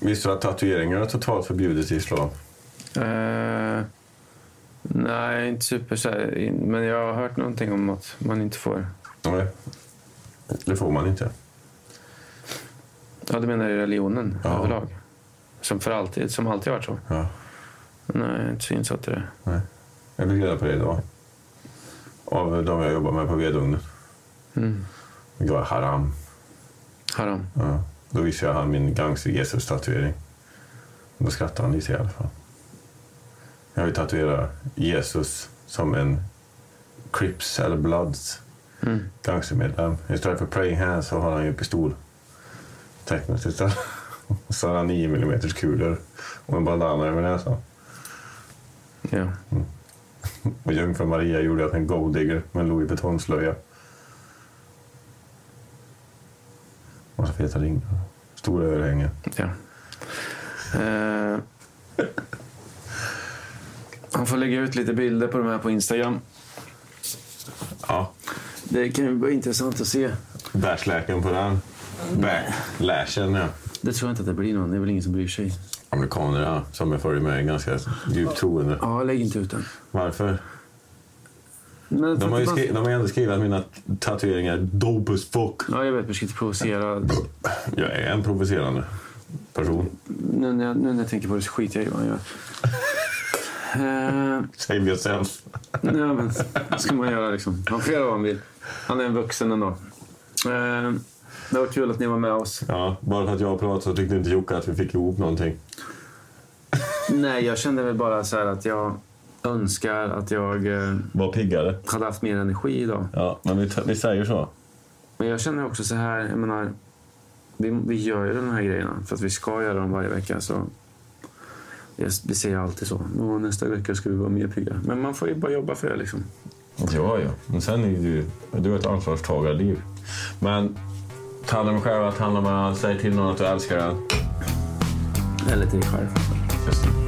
Speaker 1: Visste du att tatueringar är totalt förbjudet i islam?
Speaker 2: Eh, nej, inte super så här, in- Men jag har hört någonting om att man inte får...
Speaker 1: Nej. Det får man inte.
Speaker 2: Ja, du menar i religionen
Speaker 1: Ja.
Speaker 2: överlag? Som för alltid, som alltid har varit så?
Speaker 1: Ja.
Speaker 2: Nej, jag är inte så insatt i det.
Speaker 1: Nej. Jag fick reda på det idag. Av de jag jobbar med på vedugnen.
Speaker 2: Mm.
Speaker 1: Det var haram.
Speaker 2: Haram.
Speaker 1: Ja. Då visade jag han min gangster-Jesus-tatuering. Då skrattade han lite i alla fall. Jag vill tatuera Jesus som en Crips eller Bloods
Speaker 2: Mm.
Speaker 1: gangstermedlem. Istället för praying hands så har han ju pistol. Tecknat istället. Och så har han 9 mm kulor och en bandana över näsan.
Speaker 2: Ja.
Speaker 1: Och Jungfru Maria gjorde att en golddigger men låg i betongslöja. Och så feta ringar. Stora örhängen.
Speaker 2: ja. Eh, han får lägga ut lite bilder på de här på Instagram.
Speaker 1: Ja,
Speaker 2: Det kan ju vara intressant att se.
Speaker 1: bärsläken på den. Backlashen, ja.
Speaker 2: Det tror jag inte att det blir någon. Det är väl ingen som bryr sig.
Speaker 1: Amerikaner, ja. Som jag följer med är ganska djupt troende.
Speaker 2: Ja, lägg inte ut den.
Speaker 1: Varför?
Speaker 2: Men
Speaker 1: De har ju skri- de har ju ändå skrivit att mina tatueringar är dope as fuck.
Speaker 2: Ja, jag vet. Vi ska inte provocera.
Speaker 1: Jag är en provocerande person.
Speaker 2: Nu när jag, nu när jag tänker på det så skiter jag i vad han gör. Eh,
Speaker 1: Save yourself.
Speaker 2: nej, men vad ska man göra liksom? Han får göra vad han vill. Han är en vuxen ändå. Eh, det var kul att ni var med oss.
Speaker 1: Ja, bara för att jag pratade så tyckte inte Jocke att vi fick ihop någonting.
Speaker 2: Nej, jag kände väl bara så här att jag önskar att jag eh,
Speaker 1: Var piggare.
Speaker 2: hade haft mer energi idag.
Speaker 1: Ja, men vi, vi säger så.
Speaker 2: Men jag känner också så här, jag menar, vi, vi gör ju de här grejerna för att vi ska göra dem varje vecka. Så jag, vi säger alltid så, "Åh, nästa vecka ska vi vara mer pigga. Men man får ju bara jobba för det liksom.
Speaker 1: Alltså, Ja, ja. Men sen är du, du har ett ansvarstagarliv. Men ta hand om dig själv, ta hand om varandra, säg till någon att du älskar den.
Speaker 2: Eller till dig själv.
Speaker 1: Just det.